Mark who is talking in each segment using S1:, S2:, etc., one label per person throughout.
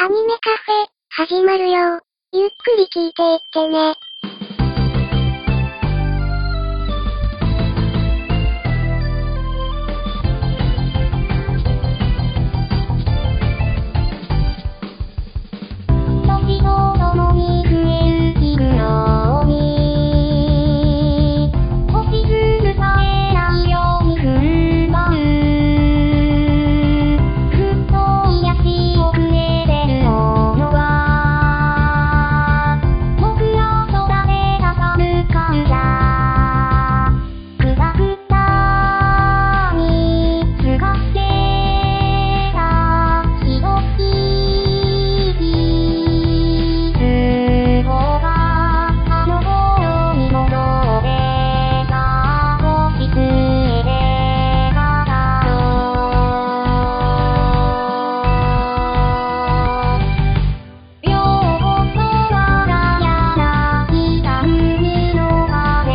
S1: アニメカフェ、始まるよ。ゆっくり聞いていってね。時とともに増える日々のに星崩さえないように踏ん張るふっと癒し遅れてるものは僕ら空で挟む感謝くたくたに過ごしてたひどい日々があの頃に戻ってた星つえで語ろう両方空が柳田海の風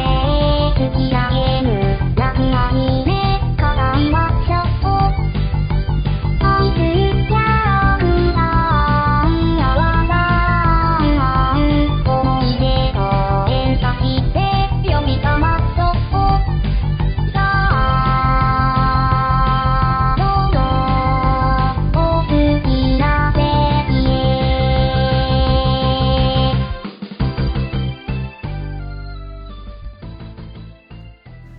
S1: 突き上げる楽なに目からいましょう愛するキャラクターあわが思い出と連鎖して呼び覚まそうさあどうぞお好きな席へ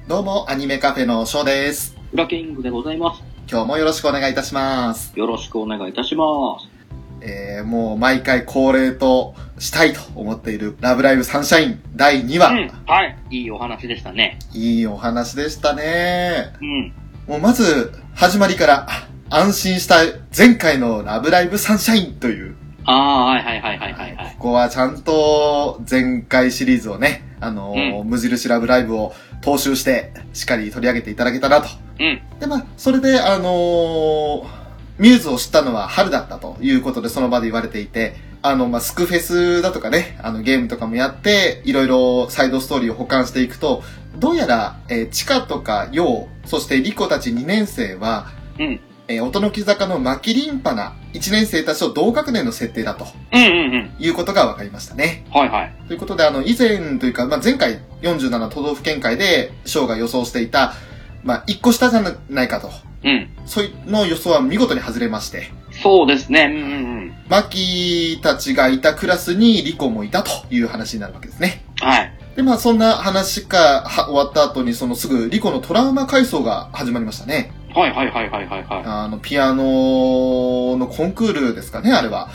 S2: どうも、アニメカフェのショーです。
S3: ラキングでございます。
S2: 今日もよろしくお願いいたします。
S3: よろしくお願いいたします。
S2: えー、もう毎回恒例としたいと思っているラブライブサンシャイン第2話。
S3: うん。はい。いいお話でしたね。
S2: いいお話でしたね。
S3: うん。
S2: もうまず、始まりからあ安心した前回のラブライブサンシャインという、
S3: ああ、はいはいはいはいはい。はい
S2: ここはちゃんと前回シリーズをね、あのー無印ラブライブを踏襲してしっかり取り上げていただけたなと
S3: うん。
S2: で、まあ、それで、あのーミューズを知ったのは春だったということで、その場で言われていて、あの、まあ、スクフェスだとかね、あの、ゲームとかもやって、いろいろサイドストーリーを保管していくと、どうやら、えーチカとかヨウ、そしてリコたち2年生は、
S3: うん。
S2: えー、音の木坂のマキリンパな1年生たちと同学年の設定だと
S3: うんうんうん。
S2: いうことが分かりましたね。
S3: はいはい。
S2: ということで、あの、以前というか、まあ、前回47都道府県会で、賞が予想していた、まあ、1個下じゃないかと。
S3: うん。
S2: そういうの予想は見事に外れまして、
S3: そうですね。うんうんうん。
S2: マキたちがいたクラスにリコもいたという話になるわけですね。
S3: はい。
S2: で、まあそんな話がは終わった後に、そのすぐリコのトラウマ回想が始まりましたね。
S3: はいはいはいはいはいは
S2: あの、ピアノのコンクールですかね、あれは。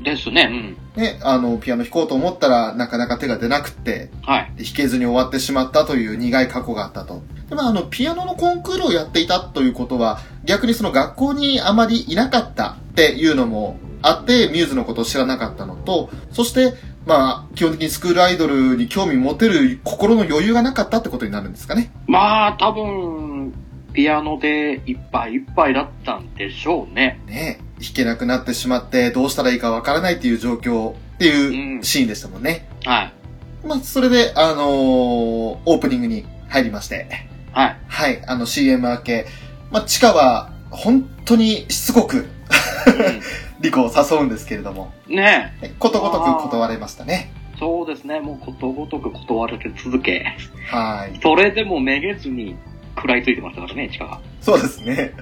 S3: い。ですね。うん。
S2: ね、あの、ピアノ弾こうと思ったら、なかなか手が出なくって、
S3: はい。
S2: 弾けずに終わってしまったという苦い過去があったと。で、まあ、あの、ピアノのコンクールをやっていたということは、逆にその学校にあまりいなかったっていうのもあって、ミューズのことを知らなかったのと、そして、まあ、基本的にスクールアイドルに興味持てる心の余裕がなかったってことになるんですかね。
S3: まあ、多分、ピアノでいっぱいいっぱいだったんでしょうね。
S2: ねえ弾けなくなってしまって、どうしたらいいかわからないっていう状況っていうシーンでしたもんね。
S3: はい。
S2: まあ、それで、あのーオープニングに入りまして。
S3: はい。
S2: はい、あの CM 明け。まあ、チカは、本当にしつこく、リコを誘うんですけれども、
S3: うん、ね
S2: えことごとく断れましたね。
S3: え。そうですね。もうことごとく断られ続け。
S2: はい。
S3: それでもめげずに食らいついてましたからね、チカが。
S2: そうですね。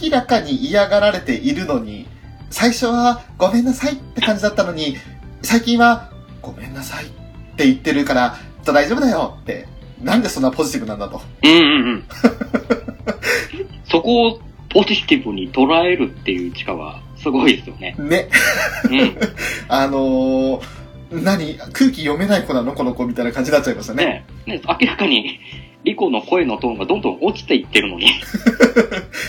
S2: 明らかに嫌がられているのに、最初はごめんなさいって感じだったのに、最近はごめんなさいって言ってるから、きっと大丈夫だよって、なんでそんなポジティブなんだと。
S3: うんうんうん。そこをポジティブに捉えるっていう力はすごいですよね。
S2: ね。
S3: うん。
S2: あのー、何空気読めない子なのこの子みたいな感じになっちゃいましたね。
S3: ねね明らかに、リコの声のトーンがどんどん落ちていってるのに、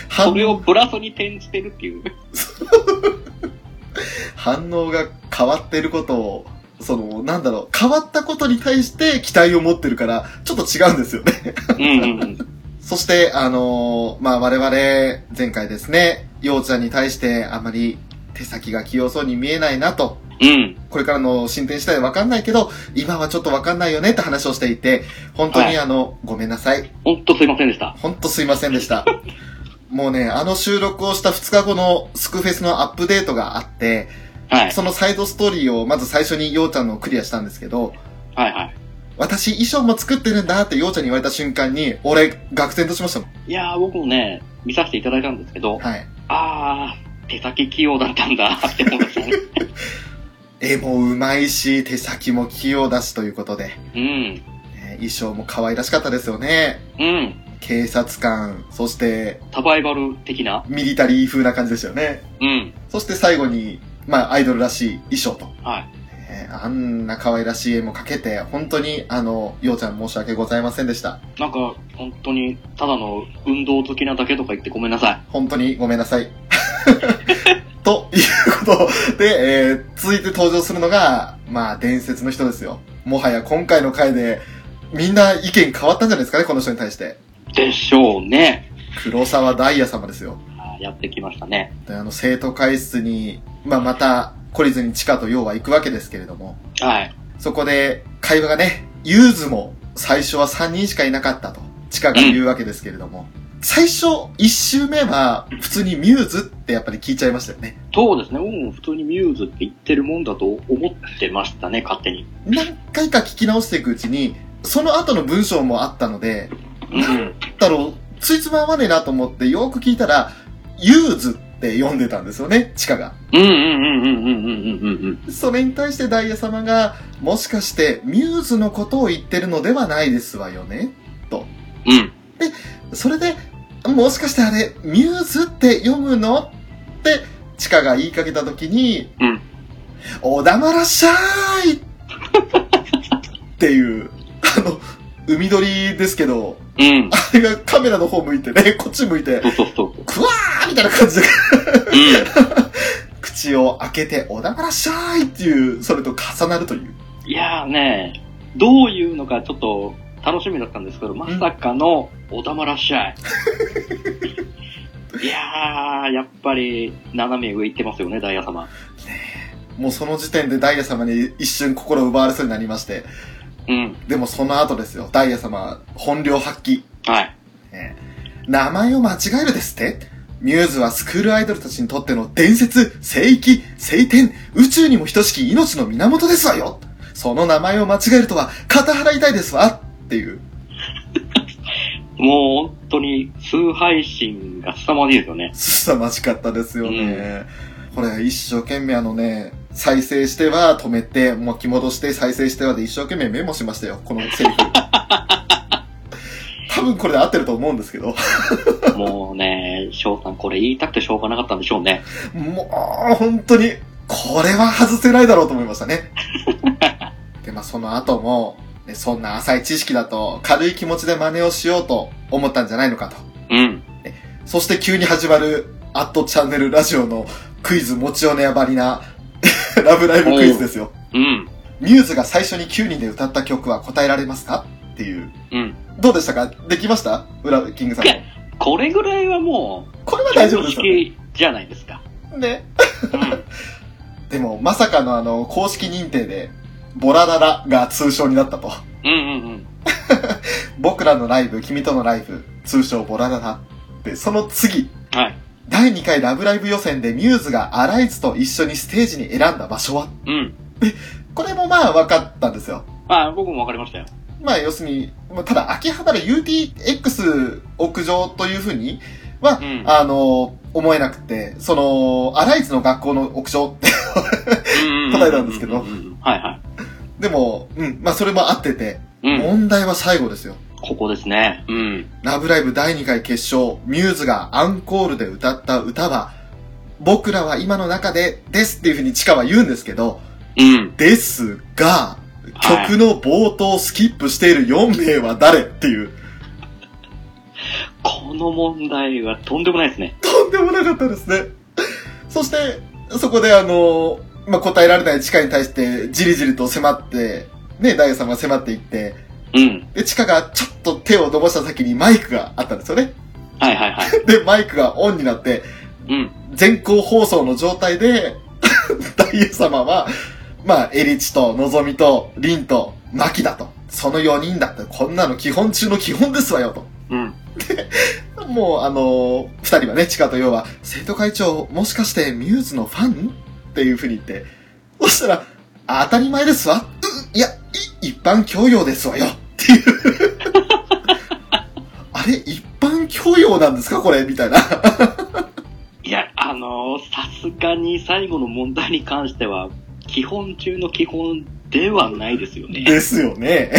S2: 反
S3: それをプラスに転じてるっていう。
S2: 反応が変わってることを、その、なんだろう、変わったことに対して期待を持ってるから、ちょっと違うんですよね。
S3: うんうんうん。
S2: そして、あのーまあ、我々、前回ですね、ようちゃんに対してあまり手先が器用そうに見えないなと、
S3: うん。
S2: これからの進展次第わかんないけど、今はちょっとわかんないよねって話をしていて、本当
S3: はい
S2: にあの、ごめんなさい。
S3: ほんとすいませんでした。
S2: ほんとすいませんで した。もうね、あの収録をした2日後のスクフェスのアップデートがあって、
S3: はい。
S2: そのサイドストーリーをまず最初にようちゃんのをクリアしたんですけど、
S3: はいはい。
S2: 私衣装も作ってるんだってようちゃんに言われた瞬間に、俺、愕然としましたもん。
S3: いやー、僕もね、見させていただいたんですけど、
S2: はい。
S3: あー、手先器用だったんだって思いましたね。
S2: 絵もうまいし、手先も器用だしということで、
S3: うん。
S2: ね衣装も可愛らしかったですよね。
S3: うん。
S2: 警察官、そして
S3: サバイバル的な。
S2: ミリタリー風な感じでしたよね。
S3: うん。
S2: そして最後に、まあ、アイドルらしい衣装と。
S3: はい。
S2: えーあんな可愛らしい絵も描けて、本当に、あの、ようちゃん申し訳ございませんでした。
S3: なんか、本当に、ただの運動的なだけとか言ってごめんなさ
S2: 本当にごめんなさい。 ということで、えー続いて登場するのが、まあ、伝説の人ですよ。もはや今回の回で、みんな意見変わったんじゃないですかね、この人に対して。
S3: い。でしょうね。
S2: 黒沢ダイヤ様ですよ。
S3: あーやってきましたね。
S2: であの、生徒会室に、まあ、また、懲りずに地下と陽は行くわけですけれども、
S3: はい。
S2: そこで、会話がね、ユーズも最初は3人しかいなかったと、地下が言うわけですけれども、最初、1周目は、普通にミューズってやっぱり聞いちゃいましたよね。
S3: そうですね。僕も普通にミューズって言ってるもんだと思ってましたね、勝手に。
S2: 何回か聞き直していくうちに、その後の文章もあったので、
S3: うん。
S2: だろう、ついつま合わねえなと思ってよく聞いたら、ユーズって読んでたんですよね、地下が。
S3: うんうんうんうんうんうんうんうん。
S2: それに対してダイヤ様が、もしかしてミューズのことを言ってるのではないですわよね。
S3: うん。
S2: それで、もしかしてあれ、ミューズって読むのって、チカが言いかけたときに、
S3: うん
S2: お黙らっしゃーいっていう、あの、海鳥ですけど、
S3: うん。
S2: あれがカメラの方向いてね、こっち向いて、
S3: そうそうそう。
S2: あーみたいな感じで、
S3: う
S2: 口を開けて、お黙らっしゃーいっていう、それと重なるという。
S3: ん。いやーね、どういうのかちょっと楽しみだったんですけど、まさかのおだまらっしゃい。いやー、やっぱり斜め上行ってますよね、ダイヤ様。
S2: もうその時点でダイヤ様に一瞬心を奪われそうになりまして、
S3: うん。
S2: でもその後ですよ、ダイヤ様、本領発揮。
S3: はい。
S2: えー名前を間違えるですってミューズはスクールアイドルたちにとっての伝説、聖域、聖典、宇宙にも等しき命の源ですわよその名前を間違えるとは、肩払いたいですわっていう。
S3: もう本当に崇拝心が凄まじいですよ ね。
S2: 凄まじかったですよね。これ一生懸命あのね、再生しては止めて、巻き戻して再生してはで一生懸命メモしましたよ、このセリフ。多分これで合ってると思うんですけど。
S3: もうね、翔さんこれ言いたくてしょうがなかったんでしょうね。
S2: もう、本当に、これは外せないだろうと思いましたね。で、まあその後も、ねそんな浅い知識だと軽い気持ちで真似をしようと思ったんじゃないのかと。
S3: うん。
S2: そして急に始まる、アットチャンネルラジオのクイズ持ちおねやばりな、 ラブライブクイズですよ。
S3: うん。
S2: ミューズが最初に9人で歌った曲は答えられますかっていう。
S3: うん。
S2: どうでしたかできました裏、キングさんも。
S3: これぐらいはも
S2: これは
S3: う、
S2: 大丈夫ですよね。
S3: 常識じゃないですか。
S2: ね。
S3: うん。
S2: でも、まさかのあの、公式認定で、ボラダラが通称になったと。
S3: うんうんうん。
S2: 僕らのライブ、君とのライブ、通称ボラダラ。で、その次、
S3: はい。
S2: 第2回ラブライブ予選でミューズがアライズと一緒にステージに選んだ場所は
S3: うん。
S2: これもまあ分かったんですよ。
S3: あ、僕もわかりましたよ。
S2: まあ要するに、まあただ秋葉原 UTX 屋上というふうには、
S3: うん
S2: あの、思えなくて、その、アライズの学校の屋上って、答えたんですけど
S3: うううんうんはいは
S2: でも、うん、まあそれも合ってて、
S3: い。うん。
S2: 問題は最後ですよ。
S3: ここですね。うん。
S2: ラブライブ第2回決勝、ミューズがアンコールで歌った歌は、僕らは今の中でですっていうふうにチカは言うんですけど、
S3: うん。
S2: ですが、
S3: はい
S2: 曲の冒頭をスキップしている4名は誰っていう、
S3: この問題はとんでもないですね。
S2: とんでもなかったですね。そして、そこであの、まあ、答えられないチカに対して、じりじりと迫って、ね、ダイヤさんが迫っていって、
S3: うん。
S2: で、チカがちょっと手を伸ばした先にマイクがあったんですよね。
S3: はいはいはい。
S2: で、マイクがオンになって、
S3: うん。
S2: 全校放送の状態で、 ダイヤ様は、まあ、エリチと、のぞみと、リンと、マキだと。その4人だって、こんなの基本中の基本ですわよと。
S3: うん。
S2: もう、あのー二人はね、チカとヨウは、生徒会長、もしかしてミューズのファンっていうふうに言って。そしたら、あ当たり前ですわ。うん、いや、い一般教養ですわよ。っていう。 あれ、一般教養なんですかこれみたいな。
S3: いや、あのさすがに最後の問題に関しては、基本中の基本ではないですよね。
S2: ですよね。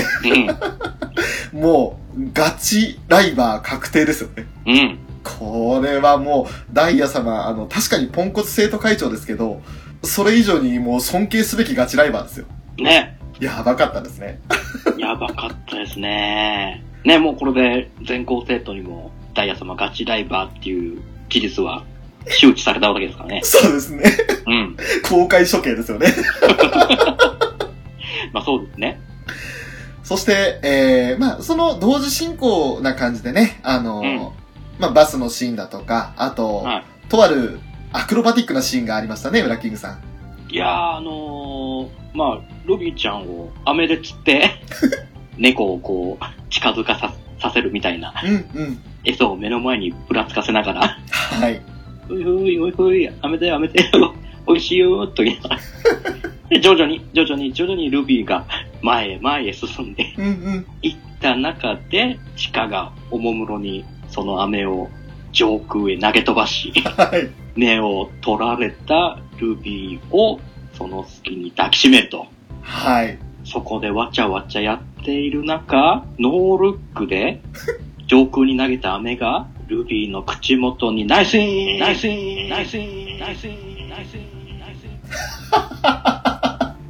S3: うん。
S2: もう、ガチライバー確定ですよね。
S3: うん。
S2: これはもう、ダイヤ様、あの、確かにポンコツ生徒会長ですけど、それ以上にもう尊敬すべきガチライバーですよ。
S3: ね。
S2: やばかったですね。
S3: やばかったですね。ね、もうこれで全校生徒にも、ダイヤ様ガチライバーっていう事実は周知されたわけですからね。
S2: そうですね。
S3: うん。
S2: 公開処刑ですよね。
S3: まあそうですね。
S2: そして、えー、まあ、その同時進行な感じでね、あの、
S3: うん
S2: まあ、バスのシーンだとか、あと、
S3: はい
S2: とあるアクロバティックなシーンがありましたね、裏キングさん。
S3: いやー、あのー、まあ、ロビーちゃんを飴で釣 って、猫をこう、近づかささせるみたいな、
S2: うん、うん。
S3: 餌を目の前にぶらつかせながら、
S2: はい。
S3: ふいふい、おいふい、飴だよ、飴だよ、 おいしいよ、と言いながら。で、徐々に、徐々に、徐々にルビーが前へ前へ進んで
S2: うん、うん。
S3: いった中で、地下がおもむろにその飴を上空へ投げ飛ばし、
S2: はい。
S3: 目を取られたルビーをその隙に抱きしめると。
S2: はい。
S3: そこでわちゃわちゃやっている中、ノールックで上空に投げた飴がルビーの口元にナイスインナイスインナイスインナイスインナイスインナイスイン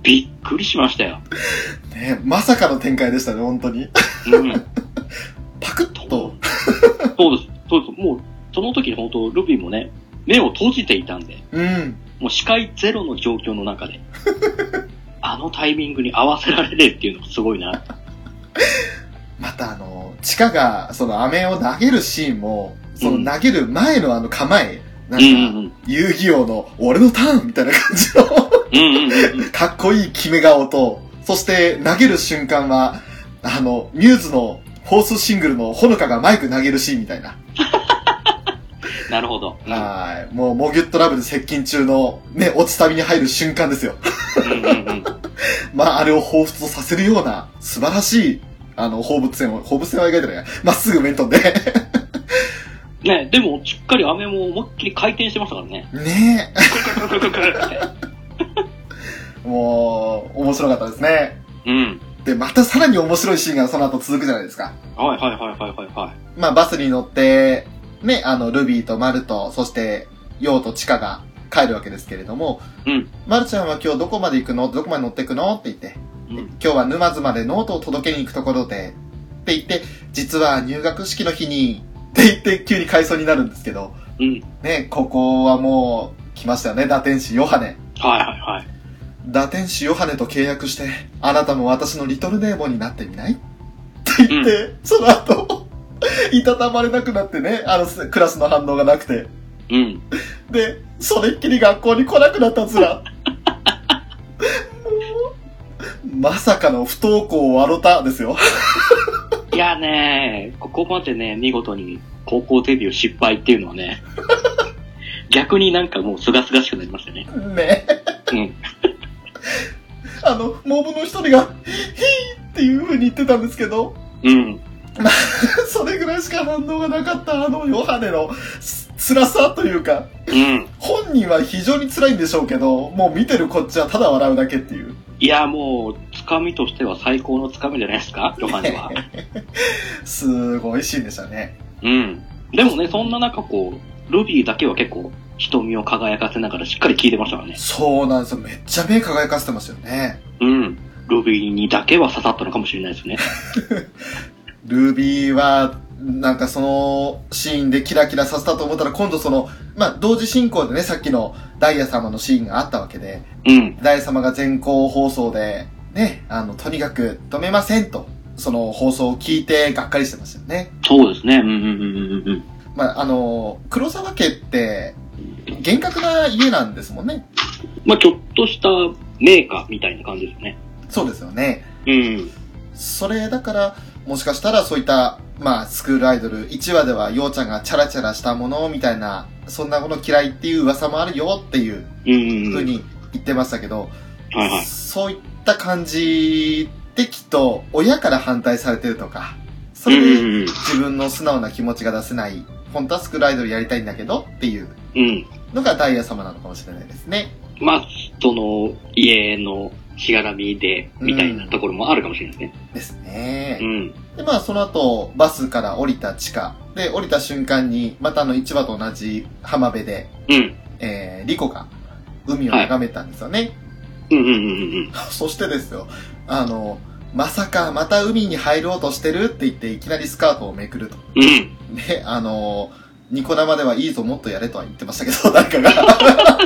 S3: びっくりしましたよ。
S2: ね、まさかの展開でしたね、本当に。
S3: うん。
S2: パクッと。
S3: そうです。そうです。もう、その時に本当、ルビーもね、目を閉じていたんで、
S2: うん。
S3: もう視界ゼロの状況の中で、あのタイミングに合わせられるっていうのがすごいな。
S2: またあの、地下がその飴を投げるシーンも、その投げる前のあの構え、
S3: う
S2: なん
S3: うん
S2: ん
S3: う
S2: か、
S3: ん。
S2: 遊戯王の俺のターンみたいな感じの、
S3: うんうんうんうん。
S2: かっこいい決め顔と、そして投げる瞬間は、あの、ミューズのフォースシングルのほのかがマイク投げるシーンみたいな。
S3: なるほど。うん
S2: はい。もう、モギュットラブで接近中の、ね、落ちたびに入る瞬間ですよ。
S3: うんうんうん。
S2: まあ、あれを彷彿とさせるような、素晴らしい、あの、放物線を、放物線は描いてないや。まっすぐ面飛んで。
S3: ね、でも、しっかり飴も思いっきり回転してましたから ね。
S2: ね
S3: くるくるくるくるって
S2: え。もう、面白かったですね。
S3: うん。
S2: で、またさらに面白いシーンがその後続くじゃないですか。
S3: はいはいはいはいはいは
S2: まあ、バスに乗って、ね、あの、ルビーとマルと、そして、ヨウとチカが帰るわけですけれども、
S3: うん
S2: マルちゃんは今日どこまで行くのどこまで乗ってくのって言って、
S3: い。う
S2: で
S3: ん。
S2: 今日は沼津までノートを届けに行くところで、って言って、実は入学式の日に、って言って急に回想になるんですけど、
S3: うん。
S2: ね、ここはもう、来ましたよね、打天使ヨハネ。
S3: はいはいはい。
S2: 打天使ヨハネと契約して、あなたも私のリトルネーボーになってみないって言って、その後、 いたたまれなくなってね、あの、すクラスの反応がなくて。
S3: うん。
S2: で、それっきり学校に来なくなったつら。 もうまさかの不登校ワロタですよ。
S3: いやね、ここまでね、見事に高校デビュー失敗っていうのはね、逆になんかもうすがすがしくなりましたね。
S2: ね。
S3: うん。
S2: あの、モブの一人が、ヒーっていう風に言ってたんですけど、
S3: うん。
S2: それぐらいしか反応がなかったあのヨハネのす辛さというか、
S3: うん。
S2: 本人は非常に辛いんでしょうけど、もう見てるこっちはただ笑うだけっていう。
S3: いや、もう、つかみとしては最高のつかみじゃないですか、ヨハネは。
S2: すごいシーンでしたね。
S3: うん。でもね、そんな中こう、ルビーだけは結構、瞳を輝かせながらしっかり聞いてましたからね。
S2: そうなんですよ。めっちゃ目輝かせてますよね。
S3: うん。ルビーにだけは刺さったのかもしれないですね。
S2: ルビーは、なんかそのシーンでキラキラさせたと思ったら今度その、まあ、同時進行でね、さっきのダイヤ様のシーンがあったわけで、
S3: うん。
S2: ダイヤ様が全校放送で、ね、あの、とにかく止めませんと、その放送を聞いてがっかりしてましたよね。
S3: そうですね。うんうんうんうんうん。
S2: まあ、あの、黒沢家って、厳格な家なんですもんね。
S3: まあ、ちょっとしたメーカーみたいな感じですよね。
S2: そうですよね。
S3: うん。
S2: それだから、もしかしたらそういった、まあ、スクールアイドル、1話ではようちゃんがチャラチャラしたものみたいな、そんなもの嫌いっていう噂もあるよっていう
S3: うんうん
S2: 風
S3: うん。
S2: に言ってましたけど、
S3: はいはい。
S2: そういった感じできっと親から反対されてるとか、それ
S3: う
S2: で
S3: んうん
S2: 自分の素直な気持ちが出せない、本当はスクールアイドルやりたいんだけどっていう
S3: うん。うん。
S2: のがダイヤ様なのかもしれないですね。
S3: まあ、その、家のしがらみで、みたいなところもあるかもしれないですね。
S2: ですね。
S3: うん。
S2: で、まあ、その後、バスから降りた地下。で、降りた瞬間に、またあの、市場と同じ浜辺で、
S3: うん。
S2: えー、リコが海を眺めたんですよね。
S3: うんうんうん
S2: そしてですよ、あの、まさかまた海に入ろうとしてるって言って、いきなりスカートをめくると。
S3: うん。うん。
S2: で、あの、ニコ生ではいいぞ、もっとやれとは言ってましたけど、 なんかが。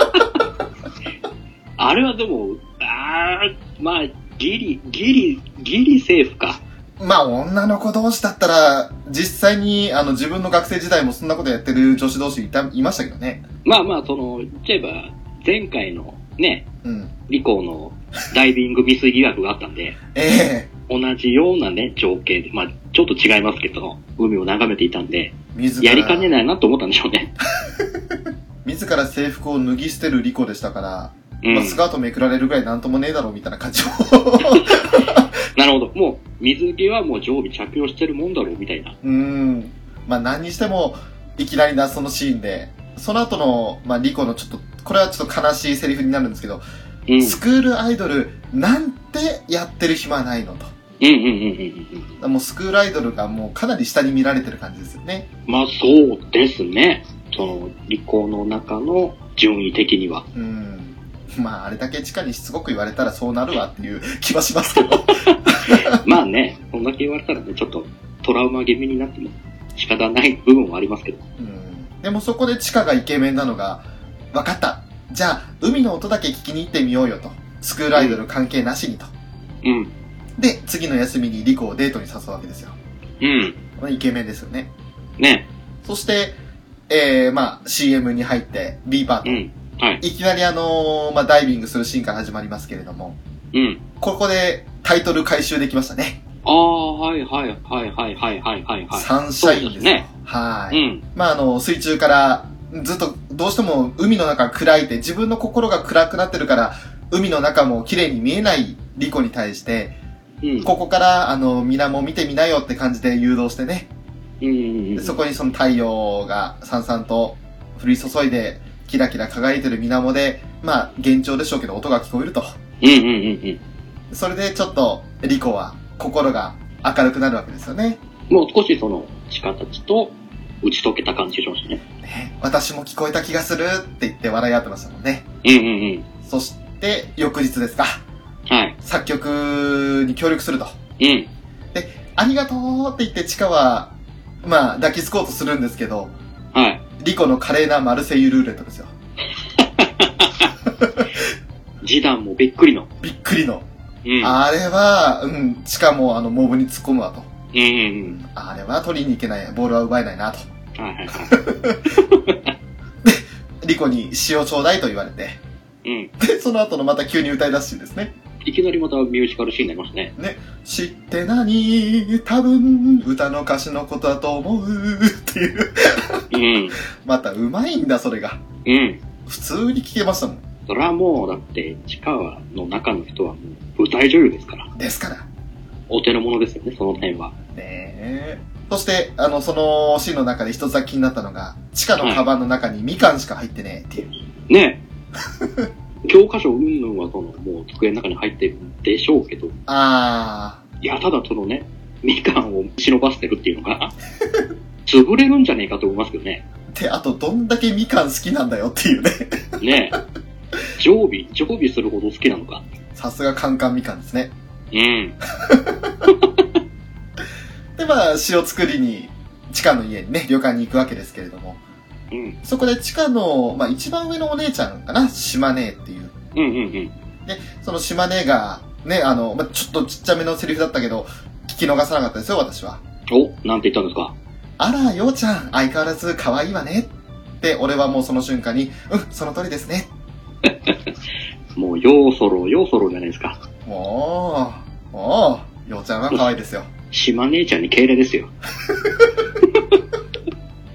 S3: あれはでも、あー、まあ、ギリ、ギリ、ギリセーフか。
S2: まあ、女の子同士だったら、実際に、あの、自分の学生時代もそんなことやってる女子同士いた、いましたけどね。
S3: まあまあ、その、言っちゃえば、前回のね、
S2: うん。
S3: リコのダイビング未遂疑惑があったんで、
S2: ええ
S3: 同じようなね、情景で、まあ、ちょっと違いますけど、海を眺めていたんで、
S2: 自ら。
S3: やりかねないなと思ったんでしょうね。
S2: 自ら制服を脱ぎ捨てるリコでしたから、
S3: うん
S2: まあ、。スカートめくられるぐらいなんともねえだろうみたいな感じも。
S3: なるほど。もう、水着はもう常備着用してるもんだろう、みたいな。
S2: うーん。まあ何にしても、いきなりなそのシーンで、その後の、まあリコのちょっと、これはちょっと悲しいセリフになるんですけど、
S3: うん。うん
S2: スクールアイドルなんてやってる暇はないのと。
S3: うんうんうんうんうん。
S2: もうスクールアイドルがもうかなり下に見られてる感じですよね。
S3: まあ、そうですね。その、理工の中の順位的 には。
S2: うん。まああれだけ地下にしつこく言われたらそうなるわっていう気はしますけど。
S3: まあね、こんだけ言われたらね、ちょっとトラウマ気味になっても仕方ない部分はありますけど。
S2: うんでもそこでチカがイケメンなのが、分かった。じゃあ、海の音だけ聞きに行ってみようよと。スクールアイドル関係なしにと。
S3: うん。
S2: で、次の休みにリコをデートに誘うわけですよ。
S3: うん。
S2: まあイケメンですよね。
S3: ね。
S2: そして、えー、まあ、CM に入って、B パート。
S3: うん。はい。
S2: いきなりあのーまあ、ダイビングするシーンから始まりますけれども、
S3: うん。
S2: ここでタイトル回収できましたね。
S3: ああ、はいはいはいはいはいはいはいはい。
S2: サンシャインですよ。
S3: そうですね
S2: は
S3: う
S2: い。
S3: ん。
S2: まあ、あの、水中から、ずっと、どうしても海の中暗いって、自分の心が暗くなってるから、海の中も綺麗に見えないリコに対して、
S3: うん。
S2: ここから、あの、皆も見てみなよって感じで誘導してね、
S3: うんうんうん
S2: でそこにその太陽がさんさんと降り注いで、キラキラ輝いてる水面で、まあ、幻聴でしょうけど音が聞こえると。
S3: うんうんうん
S2: それでちょっと、リコは心が明るくなるわけですよね。
S3: うん。もう少しその、地下たちと打ち解けた感じしましたね。
S2: ね私も聞こえた気がするって言って笑い合ってましたもんね。
S3: うんうん
S2: そして、翌日ですか。
S3: うん。はい。
S2: 作曲に協力すると。
S3: うん。
S2: ありがとうって言って、チカは、まあ、抱きつこうとするんですけど、
S3: はい。
S2: リコの華麗なマルセイユルーレットですよ。
S3: 示談もびっくりの。
S2: びっくりの。
S3: うん。
S2: あれは、うん、チカもあの、モブに突っ込むわと。
S3: うんうん
S2: あれは取りに行けない、ボールは奪えないなと。
S3: うん。はいはいは
S2: リコに詩をちょうだいと言われて、
S3: い。うん。
S2: で、その後のまた急に歌い出すシーンですね。
S3: いきなりまたミュージカルシーンになりましたね。
S2: 知って何多分、歌の歌詞のことだと思うっていう。
S3: うん。
S2: また、うまいんだ、それが。
S3: うん。
S2: 普通に聞けましたもん。
S3: それはもう、だって、地下の中の人はもう、舞台女優ですから。
S2: ですから。
S3: お手の物ですよね、その点は。
S2: ねえ。そして、あの、そのシーンの中で一つだけ気になったのが、地下のカバンの中にみかんしか入ってねえっていう。
S3: ね え。教科書云々はその、もう机の中に入ってるんでしょうけど、い
S2: あ
S3: や、ただそのね、みかんを忍ばせてるっていうのが、 潰れるんじゃねえかと思いますけどね。
S2: ー。で、あと、どんだけみかん好きなんだよっていうね。
S3: ねえ。常備、常備するほど好きなのか。
S2: さすがカンカンみかんですね。
S3: うん。
S2: で、まあ、詩を作りに、地下の家にね、旅館に行くわけですけれども、
S3: うん。
S2: そこで地下の、まあ、一番上のお姉ちゃんかな、島姉っていう。
S3: うんうん
S2: その島姉が、ね、あの、まあ、ちょっとちっちゃめのセリフだったけど、聞き逃さなかったですよ、私は。
S3: うん。お、なんて言ったんですか
S2: あら、ようちゃん、相変わらず可愛いわね。って、俺はもうその瞬間に、うん、その通りですね。
S3: もう、ようそろ、ようそろじゃないですか。
S2: もう、もう、ようちゃんは可愛いですよ。
S3: 島姉ちゃんに敬礼ですよ。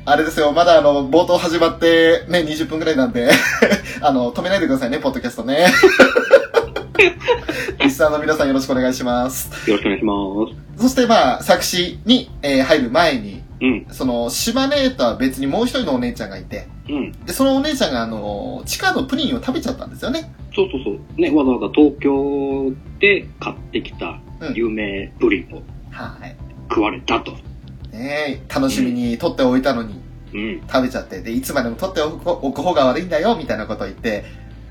S2: あれですよ、まだあの、冒頭始まってね、20分くらいなんで、 あの、止めないでくださいね、ポッドキャストね。 リスナーの皆さんよろしくお願いします。
S3: よろしくお願いします。
S2: そしてまあ、作詞に、えー入る前に、
S3: うん、
S2: その、島姉とは別にもう一人のお姉ちゃんがいて、
S3: うん。
S2: で、そのお姉ちゃんがあの、地下のプリンを食べちゃったんですよね。
S3: そうそうそう。ね、わざわざ東京で買ってきた
S2: うん
S3: 有名プリンを
S2: はい。
S3: 食われたと。
S2: ねえ楽しみに取っておいたのに
S3: うん、
S2: 食べちゃって、で、いつまでも取っておくおく方が悪いんだよ、みたいなことを言って、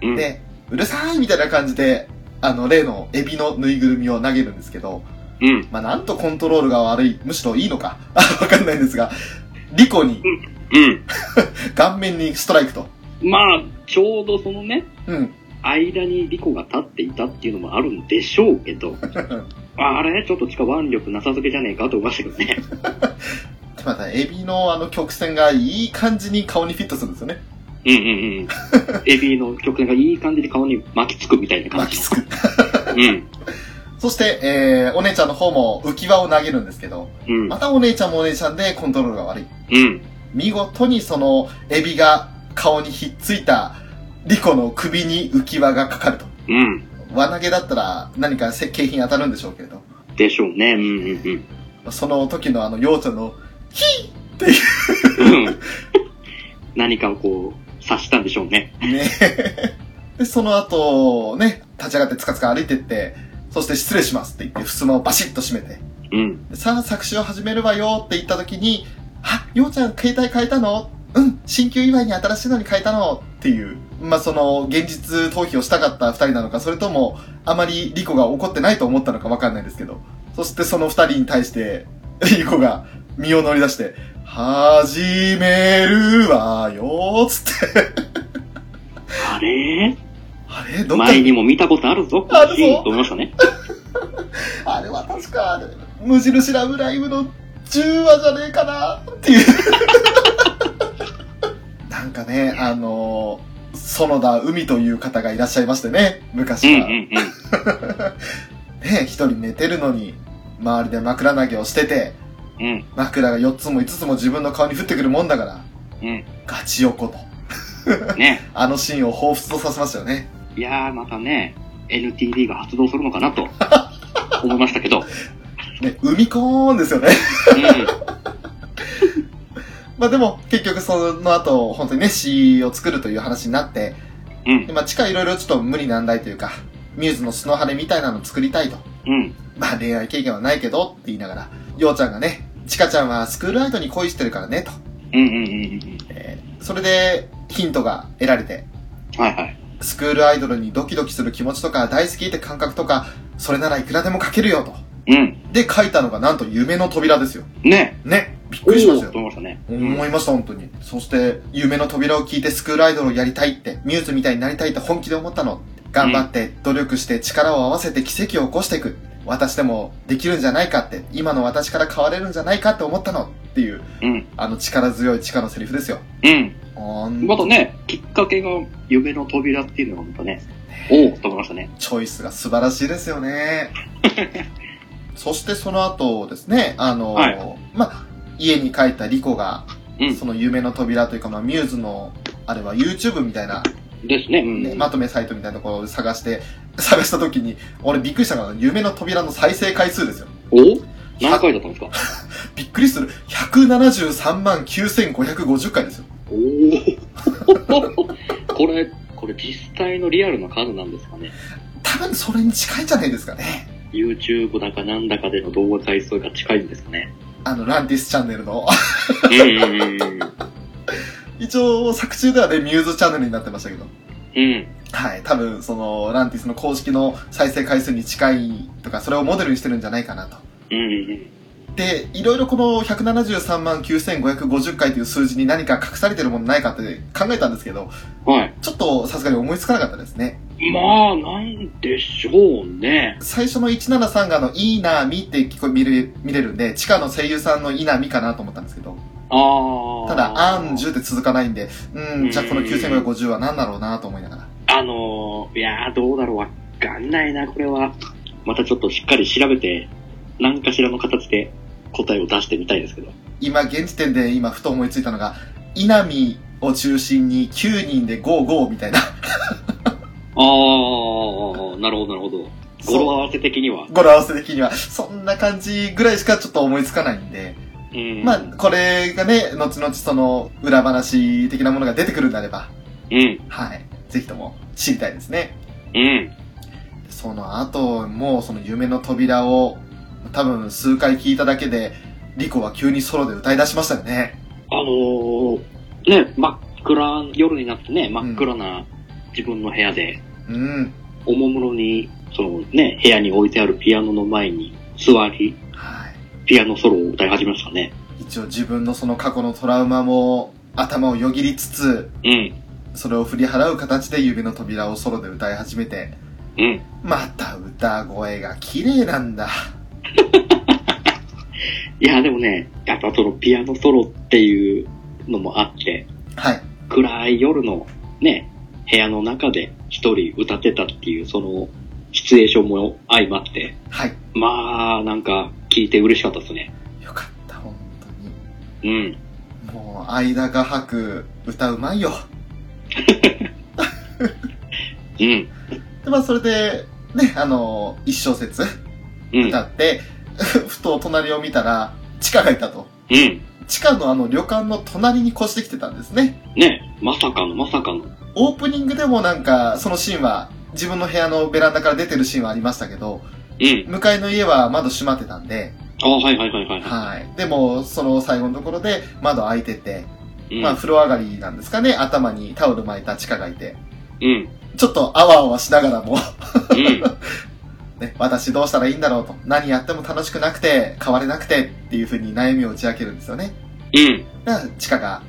S3: うん。
S2: で、うるさいみたいな感じで、あの、例のエビのぬいぐるみを投げるんですけど、
S3: うん。
S2: まあ、なんとコントロールが悪い、むしろいいのか、 あわかんないんですが、リコに
S3: うん。
S2: 顔面にストライクと。
S3: まあ、ちょうどそのね、
S2: うん。
S3: 間にリコが立っていたっていうのもあるんでしょうけ ど、あれちょっと地下腕力なさすぎじゃねえかと思いましたけどね。
S2: でまた、エビのあの曲線がいい感じに顔にフィットするんですよね。
S3: うんうんうん。 エビの曲線がいい感じで顔に巻きつくみたいな感
S2: 巻
S3: じ
S2: き。 つく。
S3: うん。
S2: そして、えー、お姉ちゃんの方も浮き輪を投げるんですけど、
S3: うん。
S2: またお姉ちゃんもお姉ちゃんでコントロールが悪い。
S3: うん。
S2: 見事にその、エビが顔にひっついた、リコの首に浮き輪がかかると。
S3: うん。
S2: 輪投げだったら何か設計品当たるんでしょうけれど、
S3: でしょうね。うんうん
S2: その時のあの幼女の、
S3: うん。うん。何かをこう、察したんでしょうね。
S2: ね、 で、その後、ね、立ち上がってつかつか歩いてって、そして失礼しますって言って、襖をバシッと閉めて、
S3: うん。
S2: でさあ作詞を始めるわよって言った時に、あ、ようちゃん携帯変えたのうん、新旧祝いに新しいのに変えたのっていう、まあ、その、現実逃避をしたかった二人なのか、それとも、あまりリコが怒ってないと思ったのかわかんないですけど、そしてその二人に対して、 リコが身を乗り出して、始めるわよつって、
S3: あれ
S2: あれどっか
S3: 前にも見たことあるぞ、こ
S2: あ
S3: の
S2: るぞ
S3: シーンと 思いましたね。
S2: あれは確か、無印ラブライブの10話じゃねえかなっていう。なんかね、あのー園田海という方がいらっしゃいましてね、
S3: うん
S2: 昔
S3: う
S2: は。ね、
S3: んう
S2: 一人寝てるのに、周りで枕投げをしてて、
S3: ん。うん。
S2: 枕が4つも5つも自分の顔に降ってくるもんだから、
S3: うん
S2: ガチ横と。
S3: ね。
S2: あのシーンを彷彿とさせましたよね。
S3: いやー、またね、NTD が発動するのかな と思いましたけど。うん。
S2: ね、海コーンですよね。まあでも、結局その後、本当にね、詩を作るという話になって、
S3: うん
S2: で。まあ、地下いろいろちょっと無理難題というか、ミューズのスノハレみたいなの作りたいと。
S3: うん。
S2: まあ、恋愛経験はないけどって言いながら、ようちゃんがね、チカちゃんはスクールアイドルに恋してるからね、と。
S3: うんうんうんうん
S2: えーそれで、ヒントが得られて、
S3: うん。はいはい。
S2: スクールアイドルにドキドキする気持ちとか、大好きって感覚とか、それならいくらでも書けるよ、と。
S3: うん。
S2: で、書いたのがなんと夢の扉ですよ。
S3: ね。
S2: ね。びっくりしました
S3: おー
S2: よ。
S3: と思いましたね。
S2: 思いました、本当に。そして、夢の扉を聞いてスクールアイドルをやりたいって、ミューズみたいになりたいって本気で思ったの。頑張って、努力して、力を合わせて奇跡を起こしていく。私でもできるんじゃないかって、今の私から変われるんじゃないかって思ったのっていう、
S3: うん。
S2: あの力強い地下のセリフですよ。
S3: うん。
S2: ほん
S3: またね、きっかけが夢の扉っていうのがまたね、おおと思いましたね。
S2: チョイスが素晴らしいですよ ね。そしてその後ですね、あの、
S3: はい
S2: まあ、家に帰ったリコが、
S3: うん
S2: その夢の扉というか、まあ、ミューズの、あれは YouTube みたいな
S3: ですね。うん。
S2: ねまとめサイトみたいなところを探して、探した時に、俺びっくりしたのが、夢の扉の再生回数ですよ。
S3: おお何回だったんですか
S2: びっくりする。173万9550回ですよ。
S3: おお これ、これ実際のリアルな数なんですかね。
S2: 多分それに近いんじゃないですかね。
S3: YouTube だかなんだかでの動画回数が近いんですかね。
S2: あの、ランティスチャンネルの。
S3: うんうんうん
S2: 一応、作中ではね、ミューズチャンネルになってましたけど。
S3: うん。うん。
S2: はい。多分、その、ランティスの公式の再生回数に近いとか、それをモデルにしてるんじゃないかなと。
S3: うんうんうん。
S2: で、いろいろこの173万9550回という数字に何か隠されてるものないかって考えたんですけど、
S3: はい。
S2: ちょっとさすがに思いつかなかったですね。
S3: まあ、なんでしょうね。
S2: 最初の173があの、いいなみって聞こえ、見れ、見れるんで、地下の声優さんのいいなみかなと思ったんですけど、
S3: ああ。
S2: ただ、アンジュって続かないんで、う、
S3: うんん
S2: じゃあこの9550は何だろうなと思いながら。
S3: あのー、いやー、どうだろう、わかんないな、これは。またちょっとしっかり調べて、何かしらの形で答えを出してみたいですけど。
S2: 今、現時点で今、ふと思いついたのが、稲見を中心に9人で55みたいな。
S3: ああ、なるほど、なるほど。 語呂合わせ的には。
S2: 語呂合わせ的には、そんな感じぐらいしかちょっと思いつかないんで。
S3: うん。
S2: まあ、これがね、後々その裏話的なものが出てくるんであれば、
S3: うん。
S2: はい。ぜひとも知りたいですね。
S3: うん。
S2: その後、もうその夢の扉を多分数回聞いただけで、リコは急にソロで歌い出しましたよね。
S3: あのー、ね、真っ暗、夜になってね、真っ暗な自分の部屋で、
S2: うん。
S3: おもむろに、そのね、部屋に置いてあるピアノの前に座り、
S2: はい。
S3: ピアノソロを歌い始めましたね。
S2: 一応自分のその過去のトラウマも頭をよぎりつつ、
S3: うん。
S2: それを振り払う形で夢の扉をソロで歌い始めて、
S3: うん。
S2: また歌声が綺麗なんだ。
S3: いや、でもね、やっぱそのピアノソロっていうのもあって、
S2: はい。
S3: 暗い夜のね、部屋の中で一人歌ってたっていう、その、シチュエーションも相まって、
S2: はい。
S3: まあ、なんか、聞いて嬉しかったですね。
S2: よかった、本当に。
S3: うん。
S2: もう、間が吐く歌うまいよ。
S3: うん。
S2: で、まあ、それで、ね、あの、一小節
S3: うん。
S2: 歌って、 ふと隣を見たら、地下がいたと。
S3: うん。
S2: 地下のあの旅館の隣に越してきてたんですね。
S3: ね、まさかのまさかの。
S2: オープニングでもなんか、そのシーンは、自分の部屋のベランダから出てるシーンはありましたけど、
S3: うん。
S2: 向かいの家は窓閉まってたんで、
S3: あはいはいはいはい。
S2: はい。でも、その最後のところで窓開いてて、
S3: うん。
S2: まあ、風呂上がりなんですかね、頭にタオル巻いた地下がいて、
S3: うん。
S2: ちょっとあわあわしながらも、
S3: うん。
S2: ね、私どうしたらいいんだろうと。何やっても楽しくなくて、変われなくてっていう風に悩みを打ち明けるんですよね。
S3: うん。
S2: だから、チカが、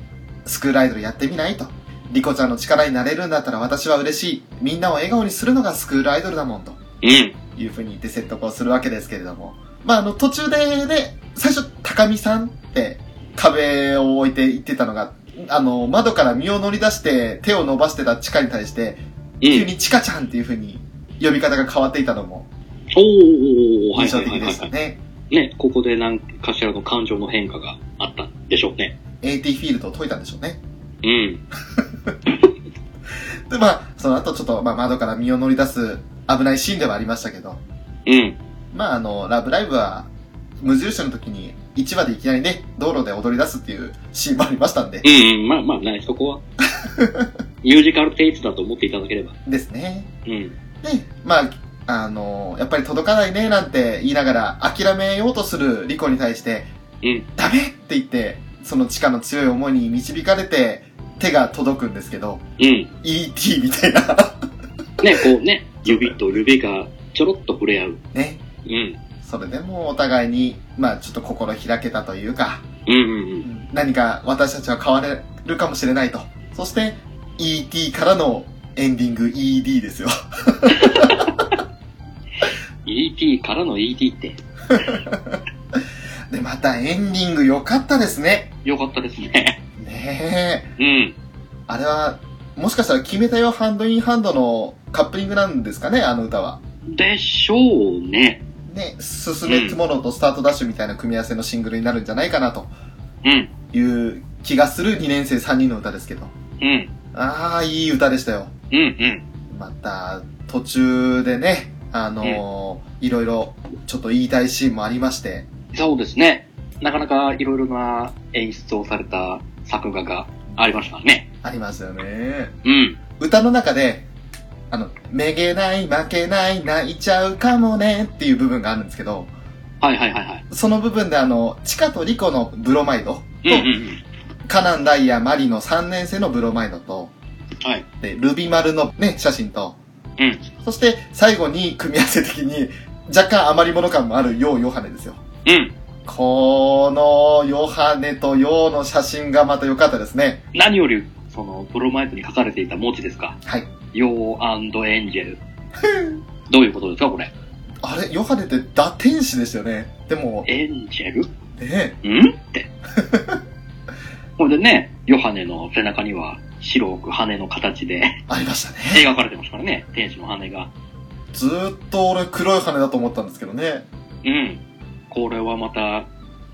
S2: スクールアイドルやってみないと。リコちゃんの力になれるんだったら私は嬉しい。みんなを笑顔にするのがスクールアイドルだもんと。
S3: うん。
S2: いう風に言って説得をするわけですけれども。まあ、あの、途中でね、最初、高見さんって壁を置いて言ってたのが、あの、窓から身を乗り出して手を伸ばしてたチカに対して、
S3: う
S2: 急
S3: ん。
S2: にチカちゃんっていう風に呼び方が変わっていたのも
S3: おー、はい
S2: 印
S3: は
S2: 象
S3: い
S2: 的
S3: はい
S2: で
S3: はい
S2: した。ね。
S3: ね、ここで何かしらの感情の変化があったんでしょうね。
S2: AT フィールドを解いたんでしょうね。
S3: うん。
S2: で、まあ、その後ちょっと、まあ、窓から身を乗り出す危ないシーンではありましたけど、
S3: うん。
S2: まあ、あの、ラブライブは、無印の時に1話でいきなりね、道路で踊り出すっていうシーンもありましたんで、
S3: うん。まあまあ、ね、そこは。ミュージカルテイストだと思っていただければ。
S2: ですね。
S3: うん。
S2: で、まあ、あの、やっぱり届かないね、なんて言いながら、諦めようとするリコに対して、
S3: うん
S2: ダメって言って、その地下の強い思いに導かれて、手が届くんですけど、
S3: うん。
S2: ET みたいな、
S3: ね、こうね、指と指がちょろっと触れ合う。
S2: ね。
S3: うん。
S2: それでもうお互いに、まあ、ちょっと心開けたというか、
S3: うんうんうん。
S2: 何か私たちは変われるかもしれないと。そして、ET からのエンディング ED ですよ。
S3: ET からの ET って、
S2: で、またエンディング良かったですね。
S3: よかったですね。
S2: ねえ。
S3: うん。
S2: あれは、もしかしたら決めたよハンドインハンドのカップリングなんですかね、あの歌は。
S3: でしょうね。
S2: ね、進めつものとスタートダッシュみたいな組み合わせのシングルになるんじゃないかなと
S3: うん。
S2: いう気がする2年生3人の歌ですけど。
S3: うん。
S2: ああ、いい歌でしたよ。
S3: うんうん。
S2: また、途中でね、あのーいろいろ、ちょっと言いたいシーンもありまして、
S3: そうですね。なかなかいろいろな演出をされた作画がありましたね。
S2: ありましたよね。
S3: うん。
S2: 歌の中で、あの、めげない、負けない、泣いちゃうかもねっていう部分があるんですけど、
S3: はいはいはいはい。
S2: その部分であの、チカとリコのブロマイドと、
S3: うんうん
S2: カナンダイヤ、マリの3年生のブロマイドと、
S3: うん。はい。
S2: で、ルビマルのね、写真と、
S3: うん
S2: そして最後に組み合わせ的に若干余り物感もあるヨウヨハネですよ。
S3: うん。
S2: このヨハネとヨウの写真がまた良かったですね。
S3: 何より、その、プロマイドに書かれていた文字ですか。
S2: はい。
S3: ヨーエンジェ ル。どういうことですか、これ。
S2: あれ、ヨハネって打天使でしたよね。でも、
S3: エンジェル
S2: ね
S3: んって。 これでね、ヨハネの背中には白く羽の形で
S2: ありましたね。
S3: 描かれてますからね、天使の羽が。
S2: ずーっと俺黒い羽だと思ったんですけどね。
S3: うん。これはまた、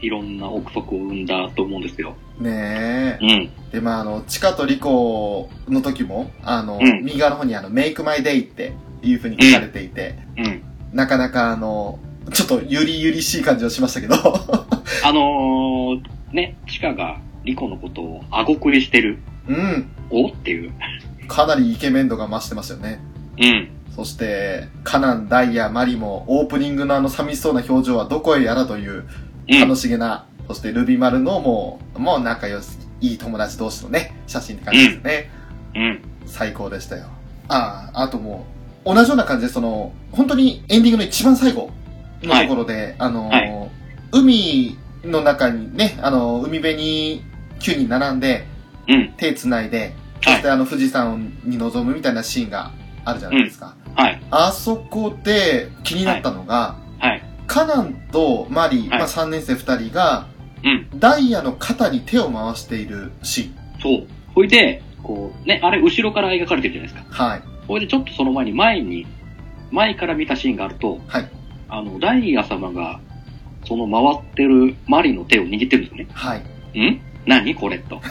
S3: いろんな憶測を生んだと思うんですよ。
S2: ね
S3: う
S2: え。
S3: ん。
S2: で、まあ、あの、チカとリコの時も、あの、
S3: うん
S2: 右側の方にあの、make my day っていう風に書かれていて、
S3: うん。
S2: なかなかあの、ちょっとゆりゆりしい感じはしましたけど、
S3: あのー、ね、チカがリコのことをあごくりしてる。
S2: うん。
S3: おっていう。
S2: かなりイケメン度が増してましたよね。
S3: うん。
S2: そして、カナン、ダイヤ、マリも、オープニングのあの寂しそうな表情はどこへやらという、
S3: うん
S2: 楽。しげな、そしてルビマルのもう、もう仲良し、いい友達同士のね、写真って感じですよね。
S3: うん。
S2: 最高でしたよ。ああ、あともう、同じような感じで、その、本当にエンディングの一番最後のところで、あのー、
S3: は
S2: 海の中にね、あのー、海辺に9人並んで、
S3: うん。
S2: 手繋いで、そ
S3: はい
S2: してあの、富士山に臨むみたいなシーンがあるじゃないですか。
S3: はい。
S2: あそこで気になったのが、
S3: はい。
S2: カナンとマリー、
S3: はい
S2: まあ、3年生2人が、
S3: うん
S2: ダイヤの肩に手を回しているシーン。
S3: そう。ほいで、こう、ね、あれ後ろから描かれてるじゃないですか。
S2: はい。
S3: ほいでちょっとその前に前に、前から見たシーンがあると、
S2: はい。
S3: あの、ダイヤ様が、その回ってるマリの手を握ってるんですよね。
S2: はい。
S3: ん何これ と。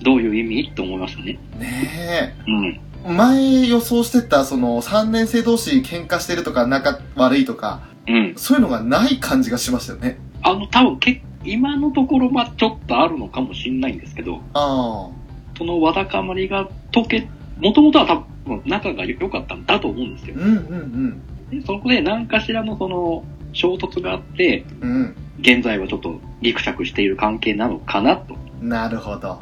S3: どういう意味と思いましたね。
S2: ね
S3: うん。
S2: え。前予想してた、その、3年生同士喧嘩してるとか、仲悪いとか、
S3: うん。
S2: そういうのがない感じがしましたよね。
S3: あの、多分け、今のところ、まあちょっとあるのかもしんないんですけど、
S2: あ
S3: そのわだかまりが解け、もともとは多分仲が良かったんだと思うんです
S2: あ。
S3: よ
S2: う。んうん
S3: でそこで何かしらのその衝突があって、
S2: うん。
S3: 現在はちょっとギクシャクしている関係なのかなと。
S2: うん。なるほど。